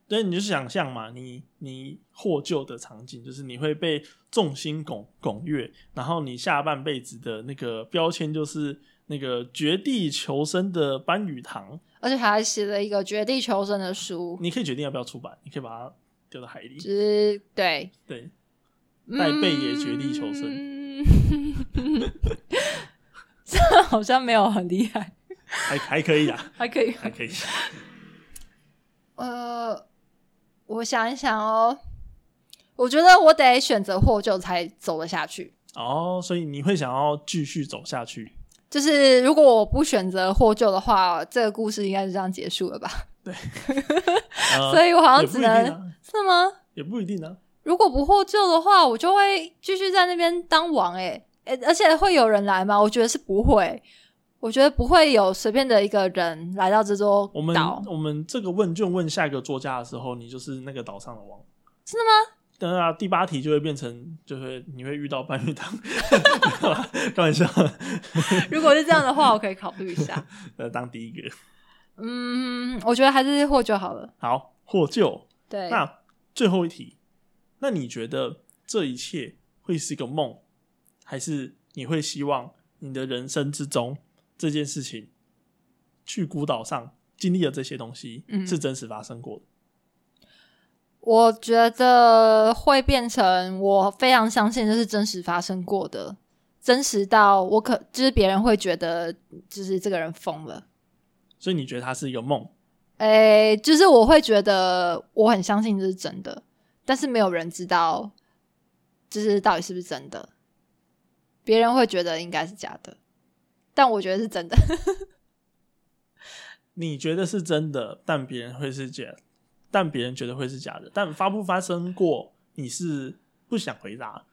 [SPEAKER 1] 对，你就想象嘛，你你获救的场景就是你会被众星拱拱月，然后你下半辈子的那个标签就是那个绝地求生的班语堂，
[SPEAKER 2] 而且还写了一个绝地求生的书，
[SPEAKER 1] 你可以决定要不要出版，你可以把它丢到海里
[SPEAKER 2] 就。是对
[SPEAKER 1] 对，戴贝也绝地求生
[SPEAKER 2] 生。嗯 [LAUGHS] 这好像没有很厉害，
[SPEAKER 1] 还还可以啊，
[SPEAKER 2] 还可以。
[SPEAKER 1] 还可以。
[SPEAKER 2] 呃，我想一想哦，我觉得我得选择获救才走得下去。
[SPEAKER 1] 哦，所以你会想要继续走下去？
[SPEAKER 2] 就是如果我不选择获救的话，这个故事应该就这样结束了吧？
[SPEAKER 1] 呃、
[SPEAKER 2] 所以我好像
[SPEAKER 1] 也
[SPEAKER 2] 只
[SPEAKER 1] 不一定
[SPEAKER 2] 能、
[SPEAKER 1] 啊，
[SPEAKER 2] 是吗？
[SPEAKER 1] 也不一定啊。
[SPEAKER 2] 如果不获救的话，我就会继续在那边当王哎、欸欸而且会有人来吗？我觉得是不会，我觉得不会有随便的一个人来到这座
[SPEAKER 1] 我们
[SPEAKER 2] 岛。
[SPEAKER 1] 我们这个问卷问下一个作家的时候，你就是那个岛上的王，真的吗？对啊，第八题就会变成，就会你会遇到半月堂，没有啦 [LAUGHS] 开玩笑，
[SPEAKER 2] [LAUGHS] 如果是这样的话，我可以考虑一
[SPEAKER 1] [LAUGHS]
[SPEAKER 2] 下。
[SPEAKER 1] 呃，当第一个
[SPEAKER 2] 嗯，我觉得还是获救好了。
[SPEAKER 1] 好获救。
[SPEAKER 2] 对，
[SPEAKER 1] 那最后一题，那你觉得这一切会是一个梦，还是你会希望你的人生之中这件事情，去孤岛上经历了这些东西，
[SPEAKER 2] 嗯
[SPEAKER 1] 是真实发生过的？
[SPEAKER 2] 我觉得会变成我非常相信这是真实发生过的，真实到我可就是别人会觉得就是这个人疯了。
[SPEAKER 1] 所以你觉得它是一个梦？
[SPEAKER 2] 诶、就是我会觉得我很相信这是真的，但是没有人知道，就是到底是不是真的。别人会觉得应该是假的，但我觉得是真的。 [LAUGHS]
[SPEAKER 1] 你觉得是真的，但别人会是假，但别人觉得会是假的，但发不发生过，你是不想回答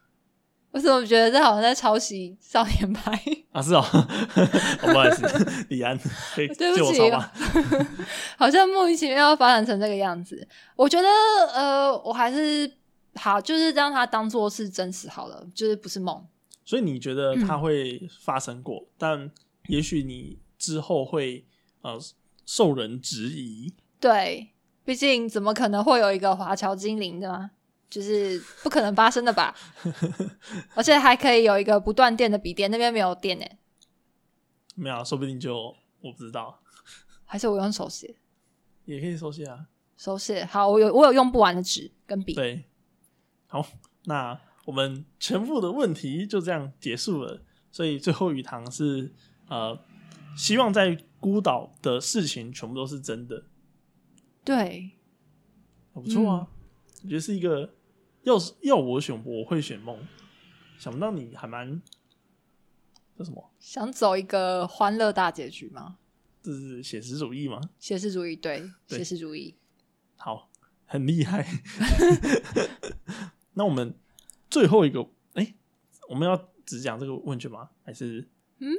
[SPEAKER 2] 我怎么觉得这好像在抄袭少年派？ [LAUGHS]
[SPEAKER 1] 啊？是哦， [LAUGHS] 哦不好意思，李 [LAUGHS] 安，可以
[SPEAKER 2] 对
[SPEAKER 1] 借
[SPEAKER 2] 不
[SPEAKER 1] 我
[SPEAKER 2] 起
[SPEAKER 1] 抄吧？，
[SPEAKER 2] [LAUGHS] 好像莫名其妙发展成这个样子。我觉得，呃，我还是好，就是让它当做是真实好了，就是不是梦。
[SPEAKER 1] 所以你觉得
[SPEAKER 2] 嗯
[SPEAKER 1] 它会发生过，但也许你之后会呃受人质疑，
[SPEAKER 2] 对，毕竟怎么可能会有一个华侨精灵的嘛？就是不可能发生的吧？而且还可以有一个不断电的笔电，那边没有电呢、欸
[SPEAKER 1] 没有啊，说不定就我不知道，
[SPEAKER 2] 还是我用手写？
[SPEAKER 1] 也可以收下啊。
[SPEAKER 2] 手写好，我有我有用不完的纸跟笔。
[SPEAKER 1] 对，好，那我们全部的问题就这样结束了。所以最后语堂是呃，希望在孤岛的事情全部都是真的，
[SPEAKER 2] 对，
[SPEAKER 1] 很不错啊。我觉得是一个，要是要我选，我会选梦。想不到你还蛮叫什么？
[SPEAKER 2] 想走一个欢乐大结局吗？
[SPEAKER 1] 这是写实主义吗？
[SPEAKER 2] 写实主义，对，
[SPEAKER 1] 对
[SPEAKER 2] 写实主义。
[SPEAKER 1] 好，很厉害。 [LAUGHS] 那我们最后一个，哎、我们要只讲这个问卷吗？还是
[SPEAKER 2] 嗯，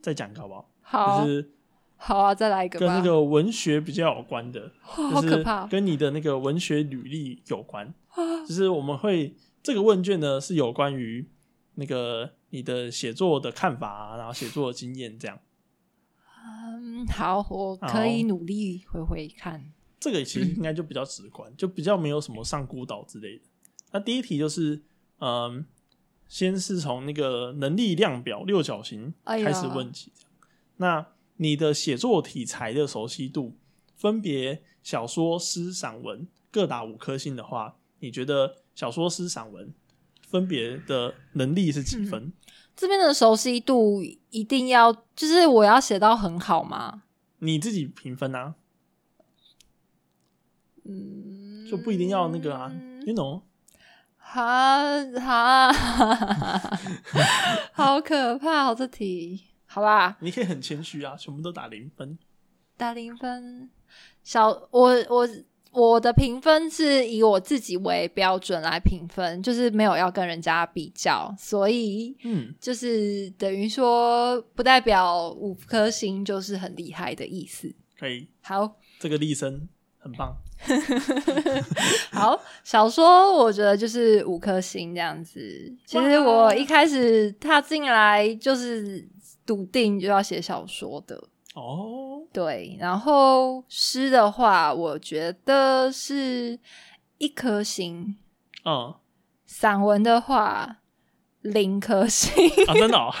[SPEAKER 1] 再讲一个好不好？
[SPEAKER 2] 好
[SPEAKER 1] 就，是
[SPEAKER 2] 好啊，再来一个
[SPEAKER 1] 跟那
[SPEAKER 2] 吧。
[SPEAKER 1] 个文学比较有关的，
[SPEAKER 2] 哦
[SPEAKER 1] 就
[SPEAKER 2] 好可
[SPEAKER 1] 是
[SPEAKER 2] 怕哦！啊
[SPEAKER 1] 跟你的那个文学履历有关。就是我们会这个问卷呢是有关于那个你的写作的看法、啊，然后写作的经验这样。
[SPEAKER 2] 嗯，好，我可以努力回回看。
[SPEAKER 1] 这个其实应该就比较直观，就比较没有什么上孤岛之类的。那第一题就是，嗯，先是从那个能力量表六角形
[SPEAKER 2] 哎呀
[SPEAKER 1] 开始问起。那你的写作题材的熟悉度，分别小说、诗、散文各打五颗星的话，你觉得小说、诗、散文分别的能力是几
[SPEAKER 2] [LAUGHS]
[SPEAKER 1] 分？
[SPEAKER 2] 这边的熟悉度一定要，就是我要写到很好吗？
[SPEAKER 1] 你自己评分啊，
[SPEAKER 2] 嗯，
[SPEAKER 1] 就不一定要那个啊、y o u know。
[SPEAKER 2] 哈哈， [LAUGHS] 好可怕哦！这题，好吧，
[SPEAKER 1] 你可以很谦虚啊，全部都打零分。
[SPEAKER 2] 打零分。小我我我的评分是以我自己为标准来评分，就是没有要跟人家比较，所以
[SPEAKER 1] 嗯，
[SPEAKER 2] 就是等于说不代表五颗星就是很厉害的意思。
[SPEAKER 1] 可以，
[SPEAKER 2] 好，
[SPEAKER 1] 这个立声很棒。
[SPEAKER 2] 好，小说我觉得就是五颗星这样子。其实我一开始踏进来就是笃定就要写小说的，
[SPEAKER 1] 哦，
[SPEAKER 2] 对。然后诗的话，我觉得是一颗星；
[SPEAKER 1] 嗯，
[SPEAKER 2] 散文的话，零颗星。
[SPEAKER 1] 啊，真的、 [LAUGHS] 哦，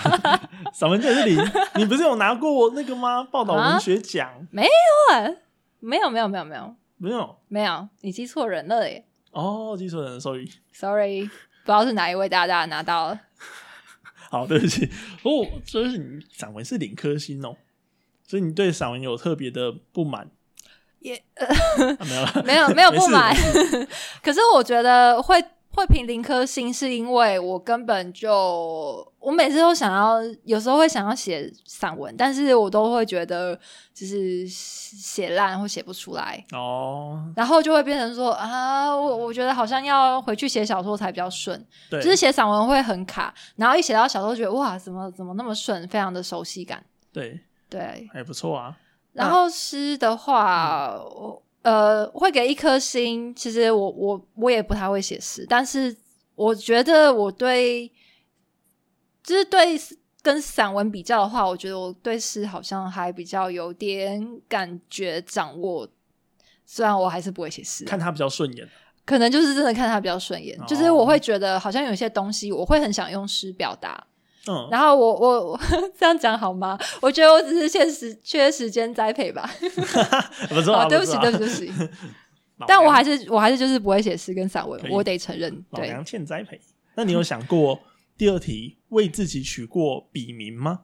[SPEAKER 1] 散文界是零，你不是有拿过那个吗？报道文学奖、
[SPEAKER 2] [LAUGHS] 没有，没有，没有，没有，
[SPEAKER 1] 没有？
[SPEAKER 2] 没有，你记错人了耶
[SPEAKER 1] 哦，记错人，sorry。
[SPEAKER 2] ！Sorry，不知道是哪一位大大拿到了。
[SPEAKER 1] 好，对不起。哦，就是你散文是零颗星哦，所以你对散文有特别的不满？
[SPEAKER 2] 也
[SPEAKER 1] 啊、没有 [LAUGHS] 啦，
[SPEAKER 2] [LAUGHS] 没有没有
[SPEAKER 1] 事
[SPEAKER 2] 不满
[SPEAKER 1] 没事，
[SPEAKER 2] 可是我觉得会会评零颗星，是因为我根本就我每次都想要，有时候会想要写散文，但是我都会觉得就是写烂或写不出来，
[SPEAKER 1] 哦，
[SPEAKER 2] 然后就会变成说啊，我我觉得好像要回去写小说才比较顺，
[SPEAKER 1] 对，
[SPEAKER 2] 就是写散文会很卡，然后一写到小说觉得哇，怎么怎么那么顺，非常的熟悉感，
[SPEAKER 1] 对，
[SPEAKER 2] 对，
[SPEAKER 1] 还不错啊。
[SPEAKER 2] 然后诗的话，
[SPEAKER 1] 嗯
[SPEAKER 2] 我呃会给一颗星。其实我我我也不太会写诗，但是我觉得我对，就是对跟散文比较的话，我觉得我对诗好像还比较有点感觉掌握。虽然我还是不会写诗，
[SPEAKER 1] 看他比较顺眼，
[SPEAKER 2] 可能就是真的看他比较顺眼，
[SPEAKER 1] 哦
[SPEAKER 2] 就是我会觉得好像有些东西我会很想用诗表达，
[SPEAKER 1] 嗯，
[SPEAKER 2] 然后我我 [LAUGHS] 我这样讲好吗？我觉得我只是现实缺时间栽培吧。
[SPEAKER 1] 不错 [LAUGHS]
[SPEAKER 2] 哦，
[SPEAKER 1] 啊，
[SPEAKER 2] 对不起，
[SPEAKER 1] 错啊
[SPEAKER 2] 对不起，对不起。
[SPEAKER 1] 老
[SPEAKER 2] 但我
[SPEAKER 1] 娘
[SPEAKER 2] 还是我还是就是不会写诗跟散文
[SPEAKER 1] 可，以
[SPEAKER 2] 我得承认。
[SPEAKER 1] 老
[SPEAKER 2] 对
[SPEAKER 1] 娘，欠栽培。那你有想过第二题为自己取过笔名吗？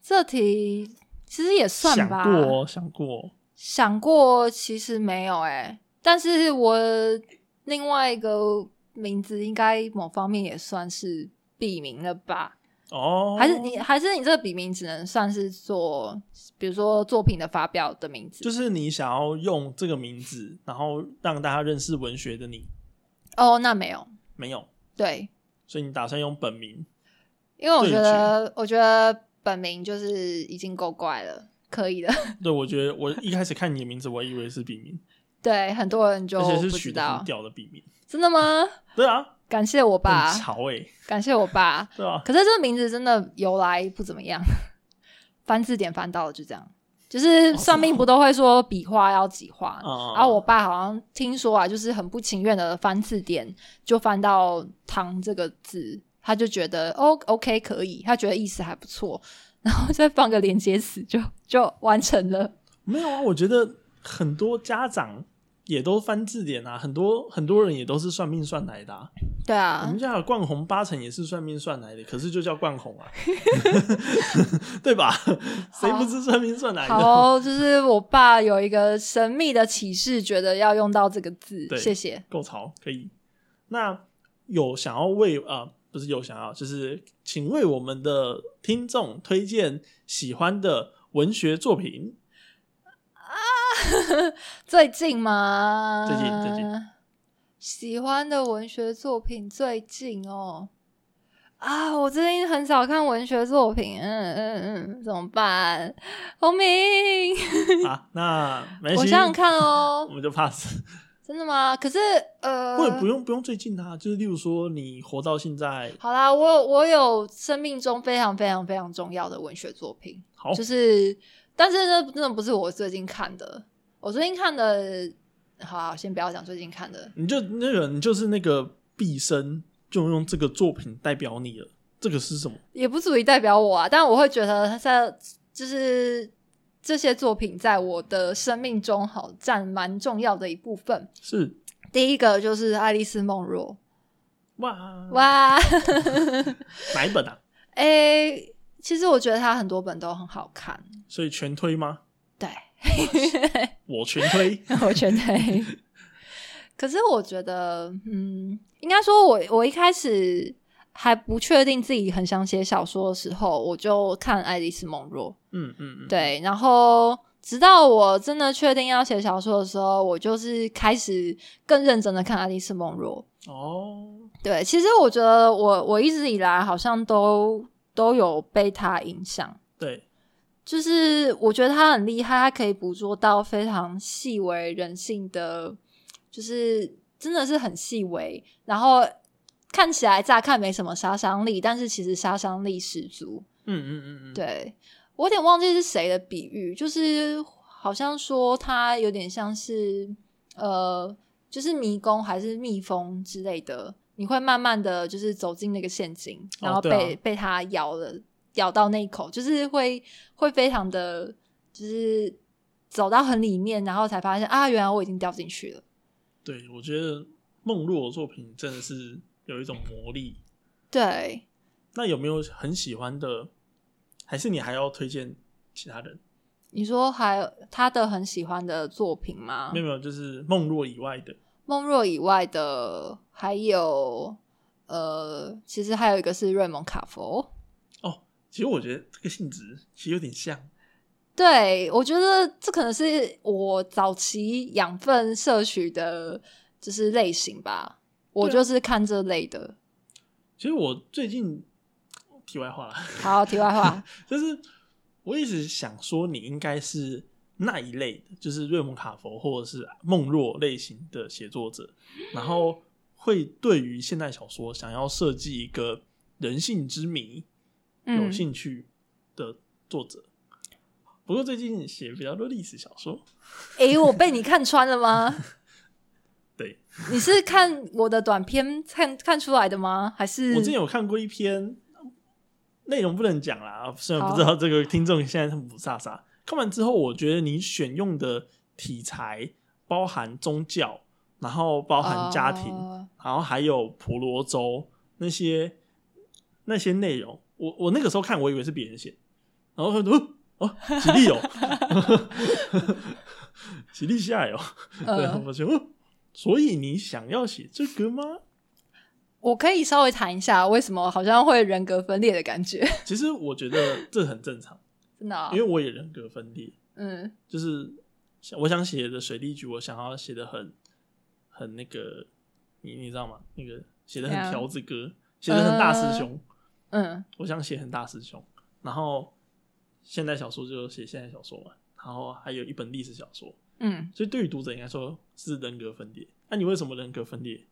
[SPEAKER 2] 这题其实也算
[SPEAKER 1] 想
[SPEAKER 2] 吧。
[SPEAKER 1] 过哦，想过哦。
[SPEAKER 2] 想过其实没有哎、但是我另外一个名字应该某方面也算是笔名了吧？
[SPEAKER 1] 哦，
[SPEAKER 2] 还是你还是你这个笔名只能算是做，比如说作品的发表的名字？
[SPEAKER 1] 就是你想要用这个名字，然后让大家认识文学的你
[SPEAKER 2] 哦，那没有，
[SPEAKER 1] 没有，
[SPEAKER 2] 对，
[SPEAKER 1] 所以你打算用本名
[SPEAKER 2] 因为我
[SPEAKER 1] 对
[SPEAKER 2] 觉得我觉得本名就是已经够怪了，可以的。
[SPEAKER 1] 对，我觉得我一开始看你的名字，我以为是笔名，
[SPEAKER 2] 对，很多人就
[SPEAKER 1] 而且是
[SPEAKER 2] 不
[SPEAKER 1] 取
[SPEAKER 2] 知
[SPEAKER 1] 的
[SPEAKER 2] 道
[SPEAKER 1] 很，屌的笔名。
[SPEAKER 2] 真
[SPEAKER 1] [LAUGHS]
[SPEAKER 2] 的吗？
[SPEAKER 1] 对啊，
[SPEAKER 2] 感谢我爸
[SPEAKER 1] 很，潮哎、
[SPEAKER 2] 感谢我爸。
[SPEAKER 1] 对啊，
[SPEAKER 2] 可是这个名字真的由来不怎么样， [LAUGHS] 翻字典翻到了就这样。
[SPEAKER 1] 哦
[SPEAKER 2] 就是算命不都会说笔画要几画，
[SPEAKER 1] 啊
[SPEAKER 2] 然后我爸好像听说啊，就是很不情愿的翻字典，就翻到“唐”这个字，他就觉得哦，OK 可以，他觉得意思还不错，然后再放个连接词就就完成了。
[SPEAKER 1] 没有啊，我觉得很多家长也都翻字典啊，很多很多人也都是算命算来的、啊。
[SPEAKER 2] 对
[SPEAKER 1] 我
[SPEAKER 2] 啊
[SPEAKER 1] 们，家有冠宏八成也是算命算来的，可是就叫冠宏
[SPEAKER 2] [LAUGHS]
[SPEAKER 1] 啊，对吧？谁不是算命算来的？
[SPEAKER 2] 好哦、就是我爸有一个神秘的启示，觉得要用到这个字，
[SPEAKER 1] 对
[SPEAKER 2] 谢谢。
[SPEAKER 1] 够潮，可以。那有想要为啊、呃不是有想要，就是请为我们的听众推荐喜欢的文学作品。
[SPEAKER 2] [LAUGHS] 最近吗？
[SPEAKER 1] 最近最近
[SPEAKER 2] 喜欢的文学作品最近哦。啊，我最近很少看文学作品，嗯嗯嗯，怎么办？红明，
[SPEAKER 1] 啊，那没关系，
[SPEAKER 2] 我想想看
[SPEAKER 1] 我
[SPEAKER 2] 哦，
[SPEAKER 1] 们就 pass。
[SPEAKER 2] 真的吗？可是呃，
[SPEAKER 1] 不也不用不用最近啊，就是例如说你活到现在，
[SPEAKER 2] 好啦，我有我有生命中非常非常非常重要的文学作品，
[SPEAKER 1] 好
[SPEAKER 2] 就是，但是那真的不是我最近看的，我最近看的，好啊、先不要讲最近看的，
[SPEAKER 1] 你就那个你就是那个毕生就用这个作品代表你了。这个是什么？
[SPEAKER 2] 也不足以代表我啊，但我会觉得它在就是这些作品在我的生命中好占蛮重要的一部分。
[SPEAKER 1] 是
[SPEAKER 2] 第一个就是《爱丽丝梦若
[SPEAKER 1] 哇》，
[SPEAKER 2] 哇，
[SPEAKER 1] [LAUGHS]
[SPEAKER 2] [LAUGHS]
[SPEAKER 1] 哪一本啊？
[SPEAKER 2] 诶、其实我觉得它很多本都很好看，
[SPEAKER 1] 所以全推吗？
[SPEAKER 2] 对。
[SPEAKER 1] 我全
[SPEAKER 2] [LAUGHS]
[SPEAKER 1] 推
[SPEAKER 2] 我全黑。可是我觉得，嗯，应该说我我一开始还不确定自己很想写小说的时候，我就看《爱丽丝梦若》。
[SPEAKER 1] 嗯嗯嗯，
[SPEAKER 2] 对，然后直到我真的确定要写小说的时候，我就是开始更认真的看《爱丽丝梦若》。
[SPEAKER 1] 哦，
[SPEAKER 2] 对，其实我觉得我我一直以来好像都都有被它影响。
[SPEAKER 1] 对，
[SPEAKER 2] 就是我觉得他很厉害，他可以捕捉到非常细微人性的，就是真的是很细微，然后看起来乍看没什么杀伤力，但是其实杀伤力十足。
[SPEAKER 1] 嗯嗯嗯嗯，，
[SPEAKER 2] 对我有点忘记是谁的比喻，就是好像说它有点像是呃，就是迷宫还是蜜蜂之类的，你会慢慢的就是走进那个陷阱，然后
[SPEAKER 1] 对啊
[SPEAKER 2] 被、被它咬了，咬到那一口，就是会会非常的就是走到很里面，然后才发现啊，原来我已经掉进去
[SPEAKER 1] 嗯
[SPEAKER 2] 了。
[SPEAKER 1] 对我觉得梦露的作品真的是有一种魔力。
[SPEAKER 2] 对，
[SPEAKER 1] 那有没有很喜欢的？还是你还要推荐其他人？
[SPEAKER 2] 你说还有他的很喜欢的作品吗？
[SPEAKER 1] 没有没有，就是梦露以外的。
[SPEAKER 2] 梦若以外的，还有呃，其实还有一个是瑞蒙卡佛。
[SPEAKER 1] 哦，其实我觉得这个性质其实有点像，
[SPEAKER 2] 对我觉得这可能是我早期养分摄取的，就是类型吧。我
[SPEAKER 1] 对啊
[SPEAKER 2] 就是看这类的。
[SPEAKER 1] 其实我最近题外话了，
[SPEAKER 2] 好，题外
[SPEAKER 1] [LAUGHS]
[SPEAKER 2] 话，
[SPEAKER 1] 就是我一直想说，你应该是那一类的，就是瑞蒙卡佛或者是梦若类型的写作者，然后会对于现代小说想要设计一个人性之谜有
[SPEAKER 2] 嗯，
[SPEAKER 1] 兴趣的作者。不过最近写比较多历史小说，
[SPEAKER 2] 诶、我被你看穿了吗？
[SPEAKER 1] 对
[SPEAKER 2] 你是看我的短片看看出来的吗？还是
[SPEAKER 1] 我之前有看过一篇，内容不能讲啦，虽然
[SPEAKER 2] 好
[SPEAKER 1] 不知道这个听众现在他们不飒飒。看完之后，我觉得你选用的题材包含宗教，然后包含家庭，
[SPEAKER 2] 哦
[SPEAKER 1] 然后还有婆罗洲那些那些内容。我我那个时候看，我以为是别人写，然后说哦哦， [LAUGHS] 吉利有，吉利下有，对，
[SPEAKER 2] 呃，
[SPEAKER 1] 我就哦，所以你想要写这个吗？
[SPEAKER 2] 我可以稍微谈一下为什么好像会人格分裂的感觉，
[SPEAKER 1] 其实我觉得这很正常。
[SPEAKER 2] 真的哦、
[SPEAKER 1] 因为我也人格分裂，
[SPEAKER 2] 嗯。
[SPEAKER 1] 就是想我想写的水利局，我想要写的很很那个，你你知道吗？那个写的
[SPEAKER 2] 怎样
[SPEAKER 1] 很条子哥，写的很大师兄，
[SPEAKER 2] 嗯
[SPEAKER 1] 我想写很大师兄。然后现代小说就写现代小说嘛，然后还有一本历史小说，
[SPEAKER 2] 嗯，
[SPEAKER 1] 所以对于读者应该说是人格分裂。那、你为什么人格分裂？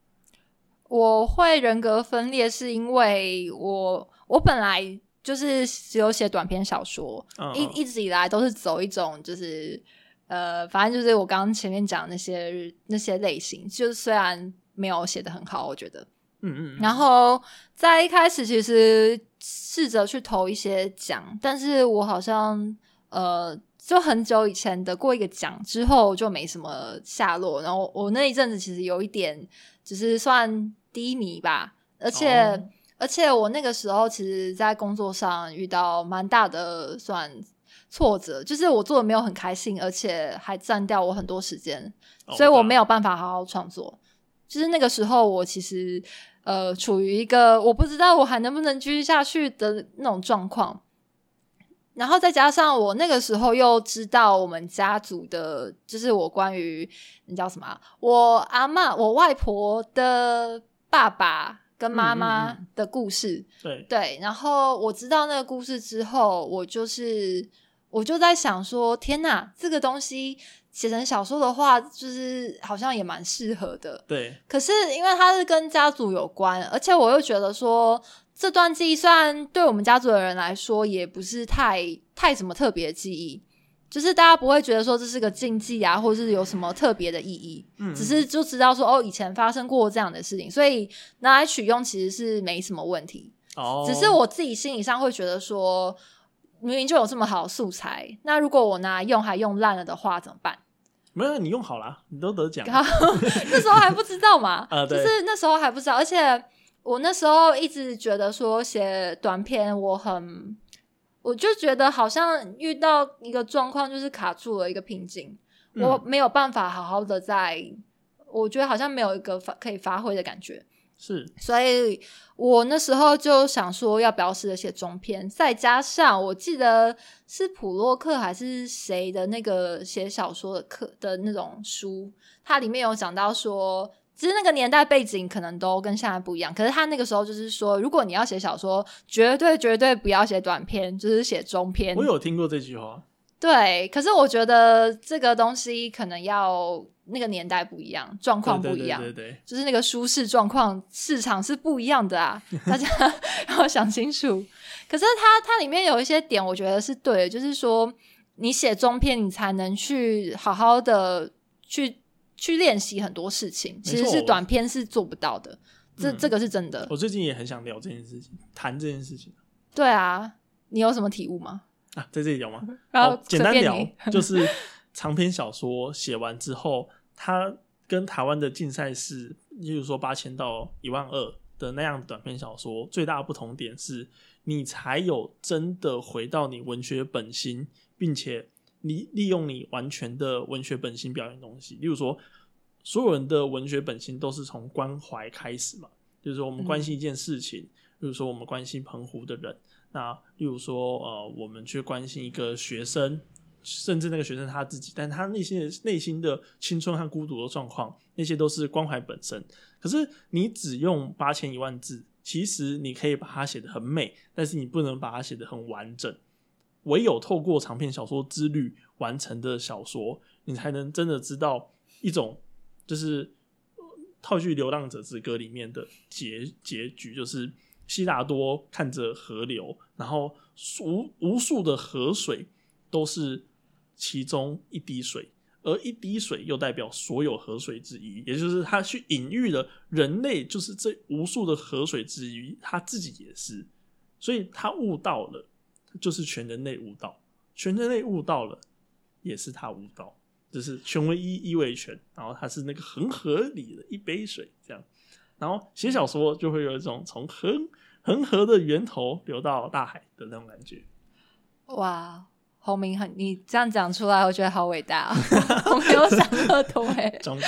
[SPEAKER 2] 我会人格分裂是因为我我本来就是只有写短篇小说，
[SPEAKER 1] 嗯，
[SPEAKER 2] 一一直以来都是走一种就是呃，反正就是我刚刚前面讲的那些那些类型，就是虽然没有写的很好，我觉得，
[SPEAKER 1] 嗯嗯，
[SPEAKER 2] 然后在一开始其实试着去投一些奖，但是我好像呃，就很久以前得过一个奖之后就没什么下落。然后我那一阵子其实有一点，只是算低迷吧，而且、
[SPEAKER 1] 哦
[SPEAKER 2] 而且我那个时候其实，在工作上遇到蛮大的算挫折，就是我做的没有很开心，而且还占掉我很多时间。
[SPEAKER 1] 哦
[SPEAKER 2] 所以我没
[SPEAKER 1] 对啊
[SPEAKER 2] 有办法好好创作。就是那个时候，我其实呃处于一个我不知道我还能不能继续下去的那种状况。然后再加上我那个时候又知道我们家族的，就是我关于你叫什么啊、我阿嬷、我外婆的爸爸跟妈
[SPEAKER 1] 嗯
[SPEAKER 2] 妈
[SPEAKER 1] 嗯
[SPEAKER 2] 的故事，
[SPEAKER 1] 对，
[SPEAKER 2] 对，然后我知道那个故事之后，我就是我就在想说，天哪，这个东西写成小说的话，就是好像也蛮适合的。
[SPEAKER 1] 对，
[SPEAKER 2] 可是因为它是跟家族有关，而且我又觉得说，这段记忆虽然对我们家族的人来说也不是太太什么特别的记忆，就是大家不会觉得说这是个禁忌啊，或者是有什么特别的意义。
[SPEAKER 1] 嗯，
[SPEAKER 2] 只是就知道说哦，以前发生过这样的事情，所以拿来取用其实是没什么问题。
[SPEAKER 1] 哦，
[SPEAKER 2] 只是我自己心理上会觉得说，明明就有这么好的素材，那如果我拿来用还用烂了的话怎么办？ [LAUGHS]
[SPEAKER 1] 没有你用好啦，你都得奖，
[SPEAKER 2] 然后那时候还不知道嘛，
[SPEAKER 1] [LAUGHS] 啊
[SPEAKER 2] 就
[SPEAKER 1] 对
[SPEAKER 2] 是那时候还不知道，而且我那时候一直觉得说写短篇我很，我就觉得好像遇到一个状况就是卡住了一个瓶颈，
[SPEAKER 1] 嗯
[SPEAKER 2] 我没有办法好好的在，我觉得好像没有一个发可以发挥的感觉。
[SPEAKER 1] 是
[SPEAKER 2] 所以我那时候就想说，要不要试着写中篇？再加上我记得是普洛克还是谁的那个写小说的课的那种书，它里面有讲到说，其实那个年代背景可能都跟现在不一样，可是他那个时候就是说，如果你要写小说，绝对绝对不要写短篇，就是写中篇。
[SPEAKER 1] 我有听过这句话，
[SPEAKER 2] 对，可是我觉得这个东西可能要那个年代不一样， [LAUGHS] 状况
[SPEAKER 1] 对
[SPEAKER 2] 不
[SPEAKER 1] 对
[SPEAKER 2] 一样，
[SPEAKER 1] 对对对，
[SPEAKER 2] 就是那个舒适状况、市场是不一样的
[SPEAKER 1] [LAUGHS]
[SPEAKER 2] 啊，大家 [LAUGHS] 要想清楚。可是它它里面有一些点，我觉得是对的，就是说你写中篇，你才能去好好的去去练习很多事情，
[SPEAKER 1] 错
[SPEAKER 2] 其实是短篇是做不到的。这、
[SPEAKER 1] 嗯
[SPEAKER 2] 这个是真的，
[SPEAKER 1] 我最近也很想聊这件事情，谈这件事情
[SPEAKER 2] 对啊，你有什么体悟吗？
[SPEAKER 1] 啊， [LAUGHS] 在这里聊吗？
[SPEAKER 2] 然后
[SPEAKER 1] 好哦简单
[SPEAKER 2] 随便
[SPEAKER 1] 聊
[SPEAKER 2] 你， [LAUGHS]
[SPEAKER 1] 就是长篇小说写完之后，它跟台湾的竞赛是，例如说八千到一万二的那样的短篇小说，最大的不同点是，你才有真的回到你文学本心，并且你利用你完全的文学本心表现东西。例如说，所有人的文学本心都是从关怀开始嘛，就是说我们关心一件事情，例如说我们关心澎湖的人，那例如说呃，我们去关心一个学生，甚至那个学生他自己，但他内心的内心的青春和孤独的状况，那些都是关怀本身。可是你只用八千一万字，其实你可以把它写得很美，但是你不能把它写得很完整。唯有透过长篇小说之旅完成的小说，你才能真的知道一种就是呃套句《流浪者之歌》里面的结结局，就是悉达多看着河流，然后无无数的河水都是其中一滴水，而一滴水又代表所有河水之一，也就是他去隐喻了人类就是这无数的河水之一，他自己也是，所以他悟到了，就是全人类悟到，全人类悟到了，也是他悟到，就是权威一一为权，然后他是那个很合理的一杯水这样，然后写小说就会有一种从恒恒河的源头流到大海的那种感觉。
[SPEAKER 2] 哇，侯明很，你这样讲出来，我觉得好伟大、哦， [LAUGHS] 我没有想那么多哎，
[SPEAKER 1] 张逼，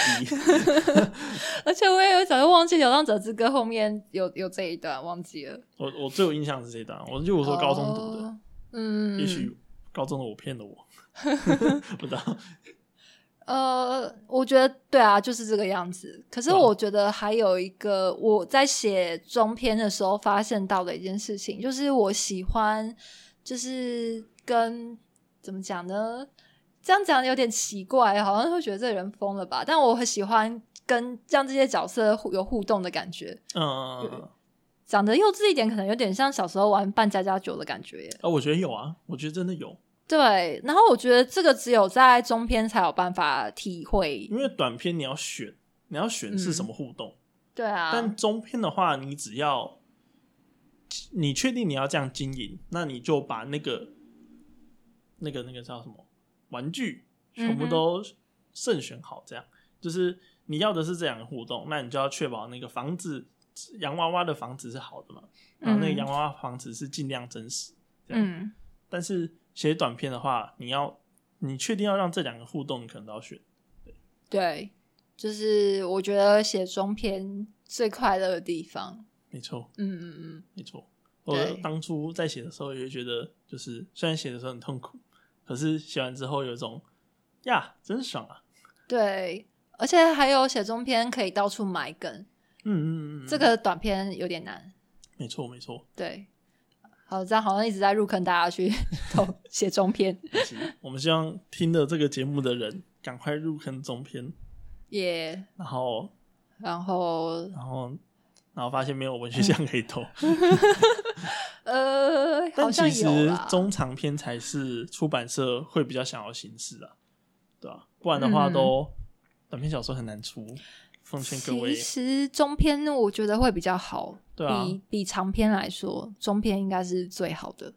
[SPEAKER 2] 而且我也有早就忘记《流浪者之歌》后面有有这一段，忘记了。
[SPEAKER 1] 我我最有印象是这一段，我就我说高中读的，
[SPEAKER 2] 哦，嗯，
[SPEAKER 1] 也许高中的我骗了
[SPEAKER 2] [LAUGHS]
[SPEAKER 1] 我， [LAUGHS] 不知道。
[SPEAKER 2] 呃，我觉得对啊，就是这个样子。可是
[SPEAKER 1] 对啊
[SPEAKER 2] 我觉得还有一个我在写中篇的时候发现到的一件事情，就是我喜欢，就是跟怎么讲呢？这样讲有点奇怪，好像会觉得这人疯了吧？但我很喜欢跟让这些角色互有互动的感觉。
[SPEAKER 1] 嗯，
[SPEAKER 2] 讲的幼稚一点，可能有点像小时候玩扮家家酒的感觉耶。
[SPEAKER 1] 啊，我觉得有啊，我觉得真的有，
[SPEAKER 2] 对，然后我觉得这个只有在中篇才有办法体会
[SPEAKER 1] 因。为短篇你要选，你要选是什么互动，
[SPEAKER 2] 对啊，
[SPEAKER 1] 但中篇的话，你只要你确定你要这样经营，那你就把那个那个那个叫什么玩具全部都慎选好，这样、就是你要的是这样的互动，那你就要确保那个房子洋娃娃的房子是好的嘛，然后那个
[SPEAKER 2] 嗯
[SPEAKER 1] 洋娃娃房子是尽量真实，这样。
[SPEAKER 2] 嗯，
[SPEAKER 1] 但是写短片的话，你要你确定要让这两个互动，你可能都要选。
[SPEAKER 2] 对，就是我觉得写中篇最快乐的地方。
[SPEAKER 1] 没错，
[SPEAKER 2] 嗯嗯嗯，
[SPEAKER 1] 没错。我
[SPEAKER 2] 对
[SPEAKER 1] 当初在写的时候，也会觉得，就是虽然写的时候很痛苦，可是写完之后有一种呀，真爽啊！
[SPEAKER 2] 对，而且还有写中篇可以到处买梗，
[SPEAKER 1] 嗯嗯嗯嗯，
[SPEAKER 2] 这个短篇有点难。
[SPEAKER 1] 没错没错。
[SPEAKER 2] 对，好，这样好像一直在入坑大家去 [LAUGHS] 投写中篇，
[SPEAKER 1] 没事我们希望听了这个节目的人赶快入坑中篇，
[SPEAKER 2] 也、
[SPEAKER 1] 然后
[SPEAKER 2] 然后
[SPEAKER 1] 然后然后发现没有文学奖可以投，
[SPEAKER 2] 呃，好
[SPEAKER 1] 但
[SPEAKER 2] 像
[SPEAKER 1] 其
[SPEAKER 2] 有
[SPEAKER 1] 实
[SPEAKER 2] 啦。
[SPEAKER 1] 中长篇才是出版社会比较想要形式啊，对啊，不然的话
[SPEAKER 2] 嗯
[SPEAKER 1] 都短篇小说很难出，奉劝各位
[SPEAKER 2] 其，实中篇我觉得会比较好，
[SPEAKER 1] 对啊
[SPEAKER 2] 比比长篇来说，中篇应该是最好的，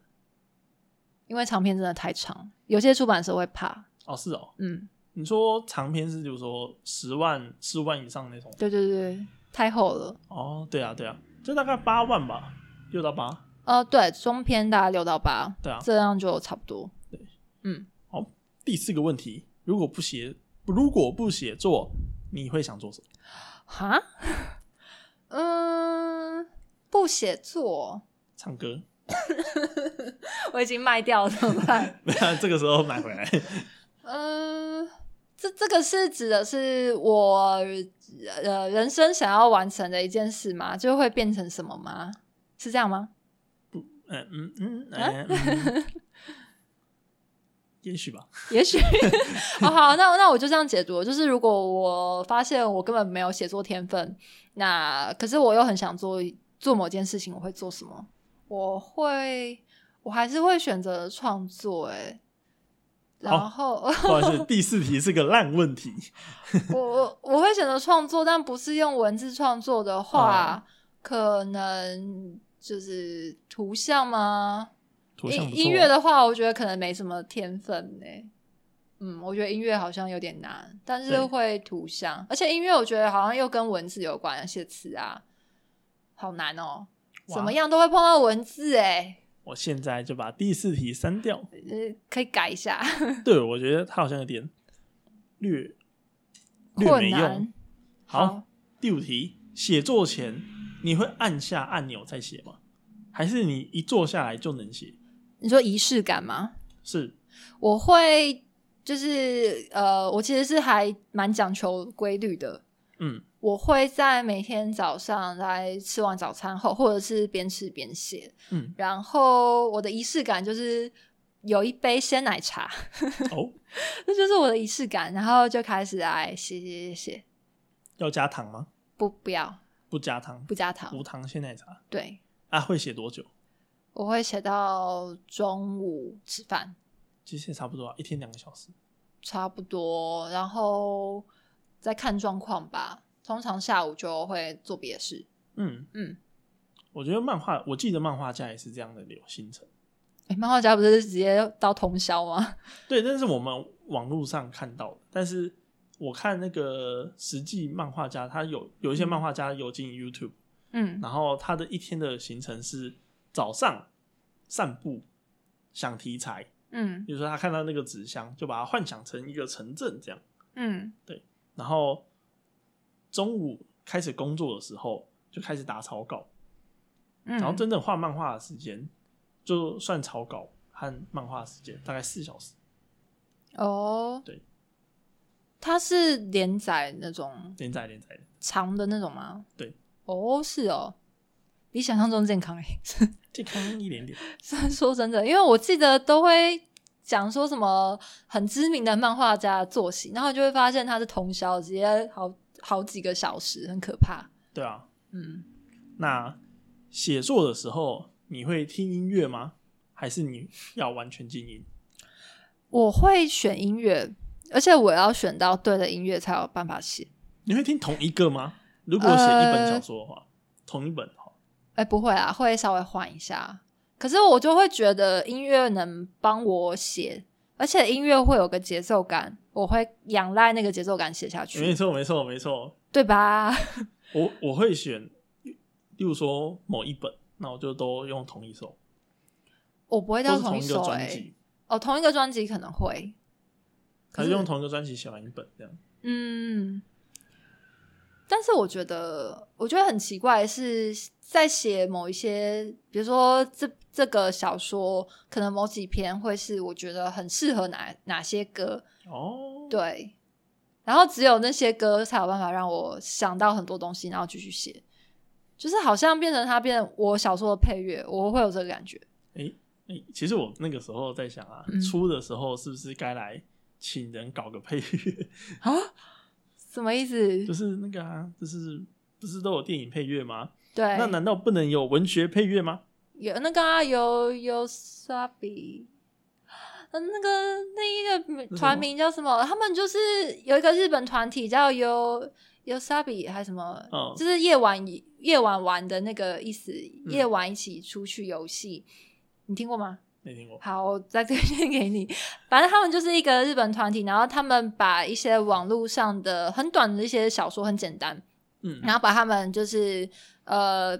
[SPEAKER 2] 因为长篇真的太长，有些出版社会怕。
[SPEAKER 1] 哦是哦，
[SPEAKER 2] 嗯，
[SPEAKER 1] 你说长篇是比如说十万、十万以上那种，
[SPEAKER 2] 对对对，太厚了。
[SPEAKER 1] 哦，对啊对啊，就大概八万吧，六到八，
[SPEAKER 2] 呃，对，中篇大概六到八，
[SPEAKER 1] 对啊。
[SPEAKER 2] 这样就差不多。
[SPEAKER 1] 对，
[SPEAKER 2] 嗯，
[SPEAKER 1] 第四个问题，如果不写，如果不写作，你会想做什么？
[SPEAKER 2] 哈， [LAUGHS] 嗯，不写 [LAUGHS] 作，
[SPEAKER 1] 唱歌？ [LAUGHS]
[SPEAKER 2] 我已经卖掉了，怎么办？ [LAUGHS]
[SPEAKER 1] 没有，这个时候买回来。
[SPEAKER 2] 嗯，这这个是指的是我呃人生想要完成的一件事吗？就会变成什么吗？是这样吗？
[SPEAKER 1] 嗯嗯嗯嗯嗯，
[SPEAKER 2] [LAUGHS]
[SPEAKER 1] 也许吧。
[SPEAKER 2] 也许 [LAUGHS] 哦，好，那那我就这样解读，就是如果我发现我根本没有写作天分，那可是我又很想做做某件事情，我会做什么？我会，我还是会选择创作、欸，
[SPEAKER 1] 好
[SPEAKER 2] 哎，然后
[SPEAKER 1] [LAUGHS] 不好意思，第四题是个烂问题。
[SPEAKER 2] [LAUGHS] 我我我会选择创作，但不是用文字创作的
[SPEAKER 1] 啊
[SPEAKER 2] 话，可能就是图像吗？
[SPEAKER 1] 图像不
[SPEAKER 2] 音
[SPEAKER 1] 错
[SPEAKER 2] 音乐的话，我觉得可能没什么天分呢、嗯，我觉得音乐好像有点难，但是
[SPEAKER 1] 对
[SPEAKER 2] 会图像，而且音乐我觉得好像又跟文字有关，写词啊，好难哦、
[SPEAKER 1] 哇
[SPEAKER 2] 怎么样都会碰到文字哎、
[SPEAKER 1] 我现在就把第四题删掉。
[SPEAKER 2] 呃，可以改一下，
[SPEAKER 1] 对，我觉得它好像有点略略
[SPEAKER 2] 困
[SPEAKER 1] 没
[SPEAKER 2] 难
[SPEAKER 1] 用。。好，第五题，写作前你会按下按钮再写吗？还是你一坐下来就能写？
[SPEAKER 2] 你说仪式感吗？
[SPEAKER 1] 是
[SPEAKER 2] 我会就是呃，我其实是还蛮讲求规律的。
[SPEAKER 1] 嗯，
[SPEAKER 2] 我会在每天早上来吃完早餐后，或者是边吃边写。 [LAUGHS]
[SPEAKER 1] 嗯，
[SPEAKER 2] 然后我的仪式感就是有一杯鲜奶茶， [LAUGHS]
[SPEAKER 1] 哦，
[SPEAKER 2] 这就是我的仪式感。然后就开始来写写写写，
[SPEAKER 1] 要加糖吗？
[SPEAKER 2] 不不要
[SPEAKER 1] 不加糖，
[SPEAKER 2] 不加糖
[SPEAKER 1] 无。糖鲜奶茶
[SPEAKER 2] 对，
[SPEAKER 1] 啊？会写多久？
[SPEAKER 2] 我会写到中午吃饭，
[SPEAKER 1] 其实也差不多啊，一天两个小时。
[SPEAKER 2] 差不多，然后再看状况吧。通常下午就会做别的事。
[SPEAKER 1] 嗯
[SPEAKER 2] 嗯，
[SPEAKER 1] 我觉得漫画，我记得漫画家也是这样的流行程。
[SPEAKER 2] 诶哎漫画家不是直接到通宵吗？
[SPEAKER 1] 对，但是我们网络上看到的，但是我看那个实际漫画家，他有有一些漫画家有进 YouTube，
[SPEAKER 2] 嗯，
[SPEAKER 1] 然后他的一天的行程是早上散步，想题材，
[SPEAKER 2] 嗯
[SPEAKER 1] 比如说他看到那个纸箱，就把它幻想成一个城镇这样，
[SPEAKER 2] 嗯
[SPEAKER 1] 然后中午开始工作的时候就开始打草稿，
[SPEAKER 2] 嗯，
[SPEAKER 1] 然后真正画漫画的时间，就算草稿和漫画时间大概四小时，
[SPEAKER 2] 哦，
[SPEAKER 1] 对，
[SPEAKER 2] 它是连载那种
[SPEAKER 1] 连载连载的，
[SPEAKER 2] 长的那种吗？
[SPEAKER 1] 对，
[SPEAKER 2] 哦，是哦，比想象中健康诶、
[SPEAKER 1] 健康一点点。
[SPEAKER 2] 虽然 [LAUGHS] 说真的，因为我记得都会讲说什么很知名的漫画家的作息，然后就会发现他是通宵，直接好好几个小时，很可怕。
[SPEAKER 1] 对啊，
[SPEAKER 2] 嗯，
[SPEAKER 1] 那写作的时候你会听音乐吗？还是你要完全静音？
[SPEAKER 2] 我会选音乐，而且我要选到对的音乐才有办法写。
[SPEAKER 1] 你会听同一个吗？如果写一本小说的
[SPEAKER 2] 呃
[SPEAKER 1] 话，同一本哈，
[SPEAKER 2] 哎、不会啊，会稍微换一下。可是我就会觉得音乐能帮我写，而且音乐会有个节奏感，我会仰赖那个节奏感写下
[SPEAKER 1] 没
[SPEAKER 2] 去，
[SPEAKER 1] 错，没错，没错。
[SPEAKER 2] 对吧？ [LAUGHS]
[SPEAKER 1] 我我会选，例如说某一本，那我就都用同一首，
[SPEAKER 2] 我不会
[SPEAKER 1] 都
[SPEAKER 2] 到
[SPEAKER 1] 是同
[SPEAKER 2] 一
[SPEAKER 1] 一个
[SPEAKER 2] 首、
[SPEAKER 1] 专
[SPEAKER 2] 欸，
[SPEAKER 1] 辑，
[SPEAKER 2] 哦，同一个专辑可能会，
[SPEAKER 1] 还
[SPEAKER 2] 可
[SPEAKER 1] 是
[SPEAKER 2] 是
[SPEAKER 1] 用同一个专辑写完一本这样。
[SPEAKER 2] 嗯，但是我觉得，我觉得很奇怪的是，在写某一些，比如说这这个小说，可能某几篇会是我觉得很适合哪哪些歌，
[SPEAKER 1] 哦，
[SPEAKER 2] 对，然后只有那些歌才有办法让我想到很多东西，然后继续写，就是好像变成它变成我小说的配乐，我会有这个感觉。
[SPEAKER 1] 诶诶，其实我那个时候在想啊，
[SPEAKER 2] 嗯
[SPEAKER 1] 出的时候是不是该来请人搞个配乐？ [LAUGHS]
[SPEAKER 2] 什么意思？
[SPEAKER 1] 就是那个啊，就是不是都有电影配乐吗？
[SPEAKER 2] 对，
[SPEAKER 1] 那难道不能有文学配乐吗？
[SPEAKER 2] 有那个、啊、有有沙比，呃那个那一
[SPEAKER 1] 什
[SPEAKER 2] 个
[SPEAKER 1] 么
[SPEAKER 2] 团名叫什么？他们就是有一个日本团体叫有有沙比还是什么？
[SPEAKER 1] 嗯
[SPEAKER 2] 就是夜晚夜晚玩的那个意思，
[SPEAKER 1] 嗯
[SPEAKER 2] 夜晚一起出去游戏。你听过吗？
[SPEAKER 1] 没听过。
[SPEAKER 2] 好，我再推荐给你。反正他们就是一个日本团体，然后他们把一些网络上的很短的一些小说，很简单，
[SPEAKER 1] 嗯，
[SPEAKER 2] 然后把他们就是呃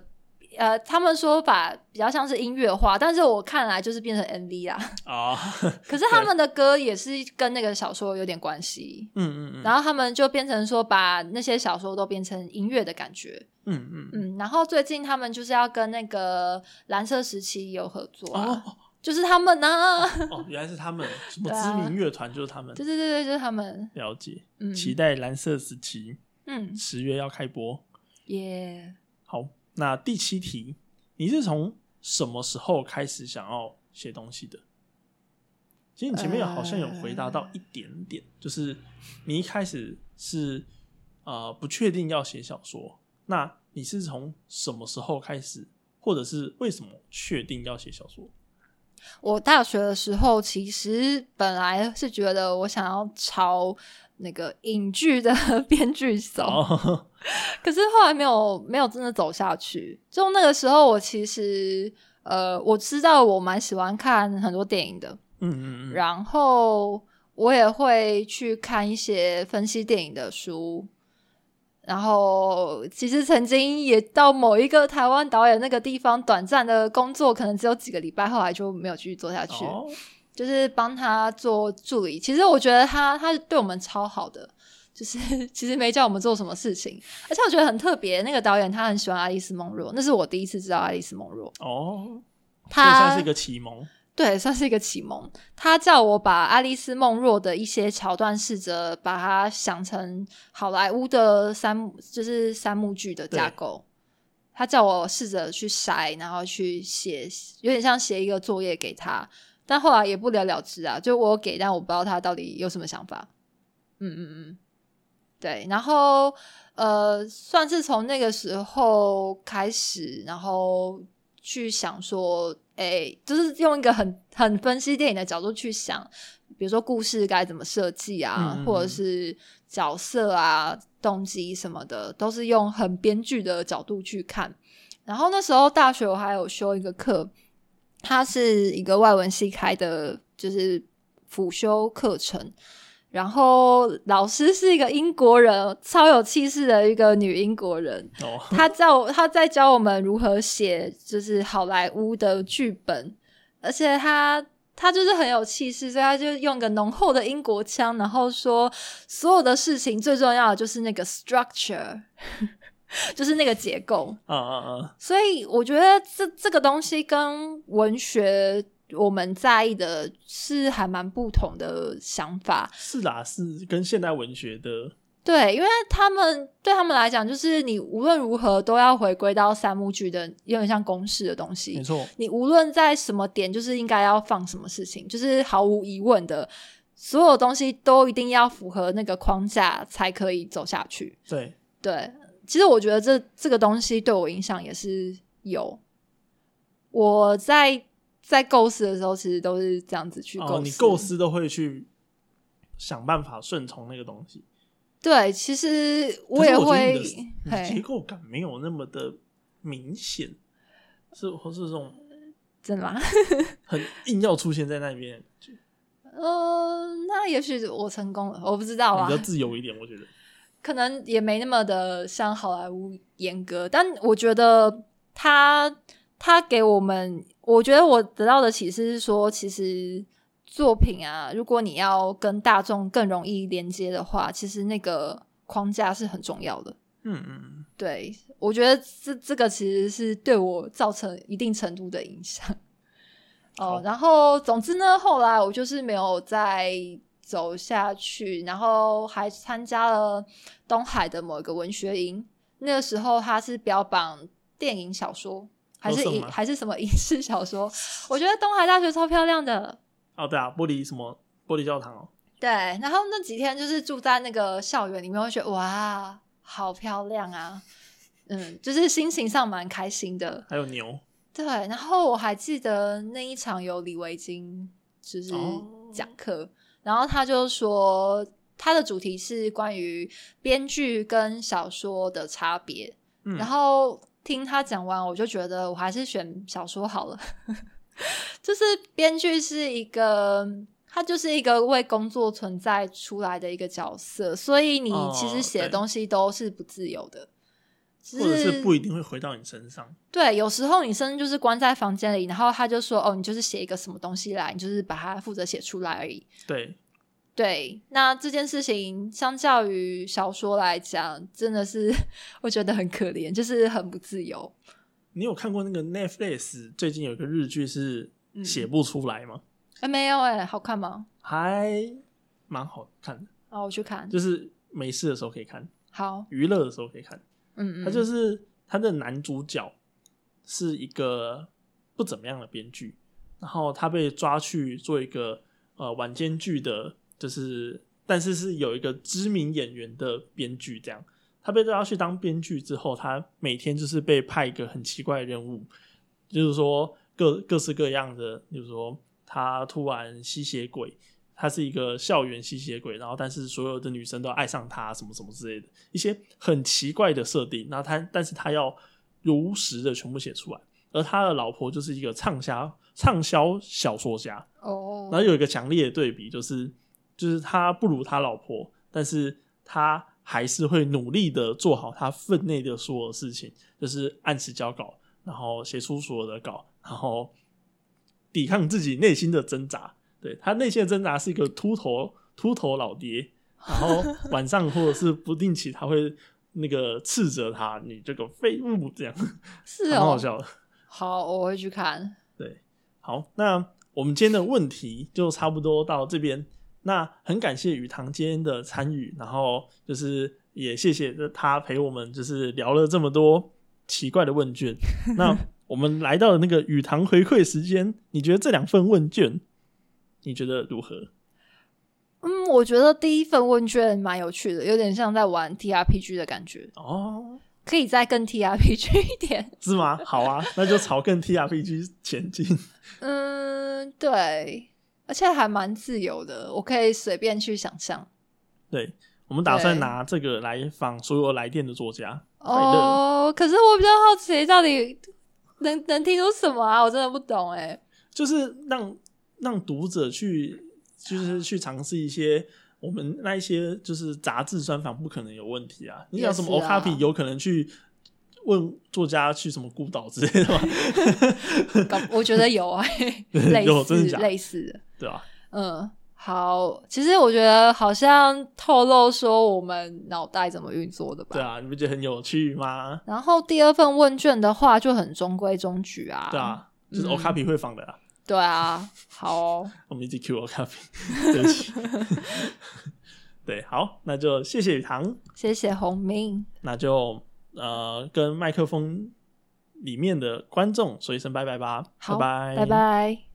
[SPEAKER 2] 呃，他们说法比较像是音乐化，但是我看来就是变成 MV 啦。
[SPEAKER 1] 啊， [LAUGHS]
[SPEAKER 2] 可是他们的歌也是跟那个小说有点关系，
[SPEAKER 1] 嗯嗯嗯
[SPEAKER 2] 然后他们就变成说把那些小说都变成音乐的感觉。
[SPEAKER 1] 嗯嗯嗯，
[SPEAKER 2] 嗯，然后最近他们就是要跟那个蓝色时期有合作、啊
[SPEAKER 1] 哦，
[SPEAKER 2] 就是他们呢、
[SPEAKER 1] 哦，原来是他们，什么
[SPEAKER 2] 对
[SPEAKER 1] 知
[SPEAKER 2] 啊
[SPEAKER 1] 名乐团就是他们。
[SPEAKER 2] 对对对对， [LAUGHS] 就是他们，
[SPEAKER 1] 了解，
[SPEAKER 2] 嗯，
[SPEAKER 1] 期待蓝色时期
[SPEAKER 2] 嗯，
[SPEAKER 1] 十月要开播。
[SPEAKER 2] 耶、
[SPEAKER 1] 好，那第七题，你是从什么时候开始想要写东西的？其实你前面有好像有回答到一点点，就是你一开始是呃不确定要写小说，那你是从什么时候开始，或者是为什么确定要写小说？
[SPEAKER 2] 我大学的时候，其实本来是觉得我想要朝那个影剧的 [LAUGHS] 编剧走，
[SPEAKER 1] 哦，
[SPEAKER 2] 可是后来没有没有真的走下去。就那个时候，我其实呃，我知道我蛮喜欢看很多电影的，
[SPEAKER 1] 嗯嗯嗯，
[SPEAKER 2] 然后我也会去看一些分析电影的书。然后，其实曾经也到某一个台湾导演那个地方短暂的工作，可能只有几个礼拜，后来就没有继续做下去。
[SPEAKER 1] 哦，
[SPEAKER 2] 就是帮他做助理。其实我觉得他他对我们超好的，就是 [LAUGHS] 其实没叫我们做什么事情，而且我觉得很特别。那个导演他很喜欢爱丽丝梦若，那是我第一次知道爱丽丝梦若。
[SPEAKER 1] 哦，这也算
[SPEAKER 2] 他
[SPEAKER 1] 是一个启蒙，
[SPEAKER 2] 对算是一个启蒙。他叫我把爱丽丝梦若的一些桥段试着把它想成好莱坞的三幕，就是三幕剧的架构。他叫我试着去筛，然后去写，有点像写一个作业给他，但后来也不了了之啊。就我有给，但我不知道他到底有什么想法。嗯嗯嗯，对。然后呃，算是从那个时候开始，然后去想说，哎、就是用一个很很分析电影的角度去想，比如说故事该怎么设计啊，
[SPEAKER 1] 嗯嗯嗯
[SPEAKER 2] 或者是角色啊、动机什么的，都是用很编剧的角度去看。然后那时候大学我还有修一个课，它是一个外文系开的，就是辅修课程。然后老师是一个英国人，超有气势的一个女英国人，
[SPEAKER 1] 哦，
[SPEAKER 2] 他教他在教我们如何写，就是好莱坞的剧本，而且他他就是很有气势，所以他就用个浓厚的英国腔，然后说所有的事情最重要的就是那个 structure，就是那个结构。
[SPEAKER 1] 啊啊啊，
[SPEAKER 2] 所以我觉得这这个东西跟文学我们在意的是还蛮不同的想法。
[SPEAKER 1] 是啦，是跟现代文学的
[SPEAKER 2] 对，因为他们对他们来讲，就是你无论如何都要回归到三幕剧的，有点像公式的东
[SPEAKER 1] 没
[SPEAKER 2] 西。
[SPEAKER 1] 错，
[SPEAKER 2] 你无论在什么点，就是应该要放什么事情，就是毫无疑问的，所有东西都一定要符合那个框架才可以走下去。
[SPEAKER 1] 对，
[SPEAKER 2] 对，其实我觉得这这个东西对我影响也是有。我在在构思的时候，其实都是这样子去构思。
[SPEAKER 1] 哦，你构思都会去想办法顺从那个东西。
[SPEAKER 2] 对，其实
[SPEAKER 1] 可是
[SPEAKER 2] 也
[SPEAKER 1] 我觉得
[SPEAKER 2] 会
[SPEAKER 1] 你的 [LAUGHS] 你的结
[SPEAKER 2] 嘿，
[SPEAKER 1] 构感没有那么的明显，是或是这种
[SPEAKER 2] 真的吗？
[SPEAKER 1] 很硬要出现在那边，就
[SPEAKER 2] 呃，那也许我成功了，我不知道啊
[SPEAKER 1] 比较，自由一点，我觉得。
[SPEAKER 2] 可能也没那么的像好莱坞严格，但我觉得他他给我们，我觉得我得到的启示是说，其实作品啊，如果你要跟大众更容易连接的话，其实那个框架是很重要的。
[SPEAKER 1] 嗯嗯，
[SPEAKER 2] 对，我觉得这这个其实是对我造成一定程度的影响。哦
[SPEAKER 1] 好，
[SPEAKER 2] 然后总之呢，后来我就是没有再走下去，然后还参加了东海的某一个文学营。那个时候他是标榜电影小说，还是
[SPEAKER 1] 有什
[SPEAKER 2] 影
[SPEAKER 1] 么
[SPEAKER 2] 还是什么影视小说？我觉得东海大学超漂亮的，
[SPEAKER 1] 哦对啊，玻璃什么玻璃教堂哦，
[SPEAKER 2] 对，然后那几天就是住在那个校园里面，会觉得哇，好漂亮啊！嗯，就是心情上蛮开心的。
[SPEAKER 1] 还有牛
[SPEAKER 2] 对，然后我还记得那一场有李维京就是
[SPEAKER 1] 哦
[SPEAKER 2] 讲课，然后他就说他的主题是关于编剧跟小说的差别，
[SPEAKER 1] 嗯
[SPEAKER 2] 然后听他讲完，我就觉得我还是选小说好了。 [LAUGHS] 就是编剧是一个，他就是一个为工作存在出来的一个角色，所以你
[SPEAKER 1] 哦
[SPEAKER 2] 其实写的
[SPEAKER 1] 对
[SPEAKER 2] 东西都是不自由的，只
[SPEAKER 1] 或者是不一定会回到你身上。
[SPEAKER 2] 对，有时候你甚至就是关在房间里，然后他就说：“哦，你就是写一个什么东西来，你就是把它负责写出来而已。
[SPEAKER 1] 对，”
[SPEAKER 2] 对，那这件事情相较于小说来讲，真的是 [LAUGHS] 我觉得很可怜，就是很不自由。
[SPEAKER 1] 你有看过那个 Netflix 最近有一个日剧是
[SPEAKER 2] 嗯
[SPEAKER 1] 写不出来嘛，
[SPEAKER 2] 哎、没有哎、好看吗？
[SPEAKER 1] 还蛮好看的，
[SPEAKER 2] 哦，我去看。
[SPEAKER 1] 就是没事的时候可以看，
[SPEAKER 2] 好，
[SPEAKER 1] 娱乐的时候可以看。
[SPEAKER 2] 嗯嗯，
[SPEAKER 1] 他就是他的男主角是一个不怎么样的编剧，然后他被抓去做一个呃晚间剧的，就是但是是有一个知名演员的编剧这样。他被抓去当编剧之后，他每天就是被派一个很奇怪的任务，就是说各各式各样的，比如说他突然吸血鬼，他是一个校园吸血鬼，然后但是所有的女生都爱上他，什么什么之类的一些很奇怪的设定。那他但是他要如实的全部写出来，而他的老婆就是一个畅销畅销小说家，
[SPEAKER 2] 哦
[SPEAKER 1] 然，后有一个强烈的对比，就是就是他不如他老婆，但是他还是会努力的做好他分内的所有事情，就是按时交稿，然后写出所有的稿，然后抵抗自己内心的挣扎。对他内心的挣扎是一个秃头秃头老爹，然后晚上或者是不定期他会那个斥责他，你这个废物这样，
[SPEAKER 2] 是
[SPEAKER 1] 蛮
[SPEAKER 2] 哦，
[SPEAKER 1] 好笑的。
[SPEAKER 2] 好，我会去看。
[SPEAKER 1] 好，那我们今天的问题就差不多到这边。那很感谢雨堂今天的参与，然后就是也谢谢他陪我们，就是聊了这么多奇怪的问卷。那我们来到了那个雨堂回馈时间，你觉得这两份问卷，你觉得如何？
[SPEAKER 2] 嗯，我觉得第一份问卷蛮有趣的，有点像在玩 T R P G 的感觉，
[SPEAKER 1] 哦，
[SPEAKER 2] 可以再更 T R P G [LAUGHS] 一点。
[SPEAKER 1] 是吗？好啊，那就朝更 TRPG 前进。
[SPEAKER 2] 嗯，对，而且还蛮自由的，我可以随便去想象。
[SPEAKER 1] 对我们打算
[SPEAKER 2] 对
[SPEAKER 1] 拿这个来访所有来电的作家。快乐
[SPEAKER 2] 哦，可是我比较好奇，到底能能听出什么啊？我真的不懂哎、
[SPEAKER 1] 就是让让读者去，就是去尝试一些我们那一些就是杂志专访不可能有问题啊。你讲什么
[SPEAKER 2] 也
[SPEAKER 1] o
[SPEAKER 2] 是
[SPEAKER 1] k
[SPEAKER 2] 啊
[SPEAKER 1] a p i 有可能去问作家去什么孤岛之类的吗？ [LAUGHS]
[SPEAKER 2] 搞我觉得有啊、类
[SPEAKER 1] 有
[SPEAKER 2] 似
[SPEAKER 1] 真的假的
[SPEAKER 2] 类似的，
[SPEAKER 1] 对啊吧、
[SPEAKER 2] 嗯，好。其实我觉得好像透露说我们脑袋怎么运作的吧。
[SPEAKER 1] 对啊，你不觉得很有趣吗？
[SPEAKER 2] 然后第二份问卷的话就很中规中矩啊。
[SPEAKER 1] 对，啊，就是
[SPEAKER 2] 嗯
[SPEAKER 1] o k a p i 会放的啦。
[SPEAKER 2] 对啊，好哦，
[SPEAKER 1] 我们一直 Q o k a p i [LAUGHS] 对不起。对，好，那就谢谢雨堂，
[SPEAKER 2] 谢谢洪明，
[SPEAKER 1] 那就呃跟麦克风里面的观众说一声拜拜吧，
[SPEAKER 2] 好，
[SPEAKER 1] 拜
[SPEAKER 2] 拜拜。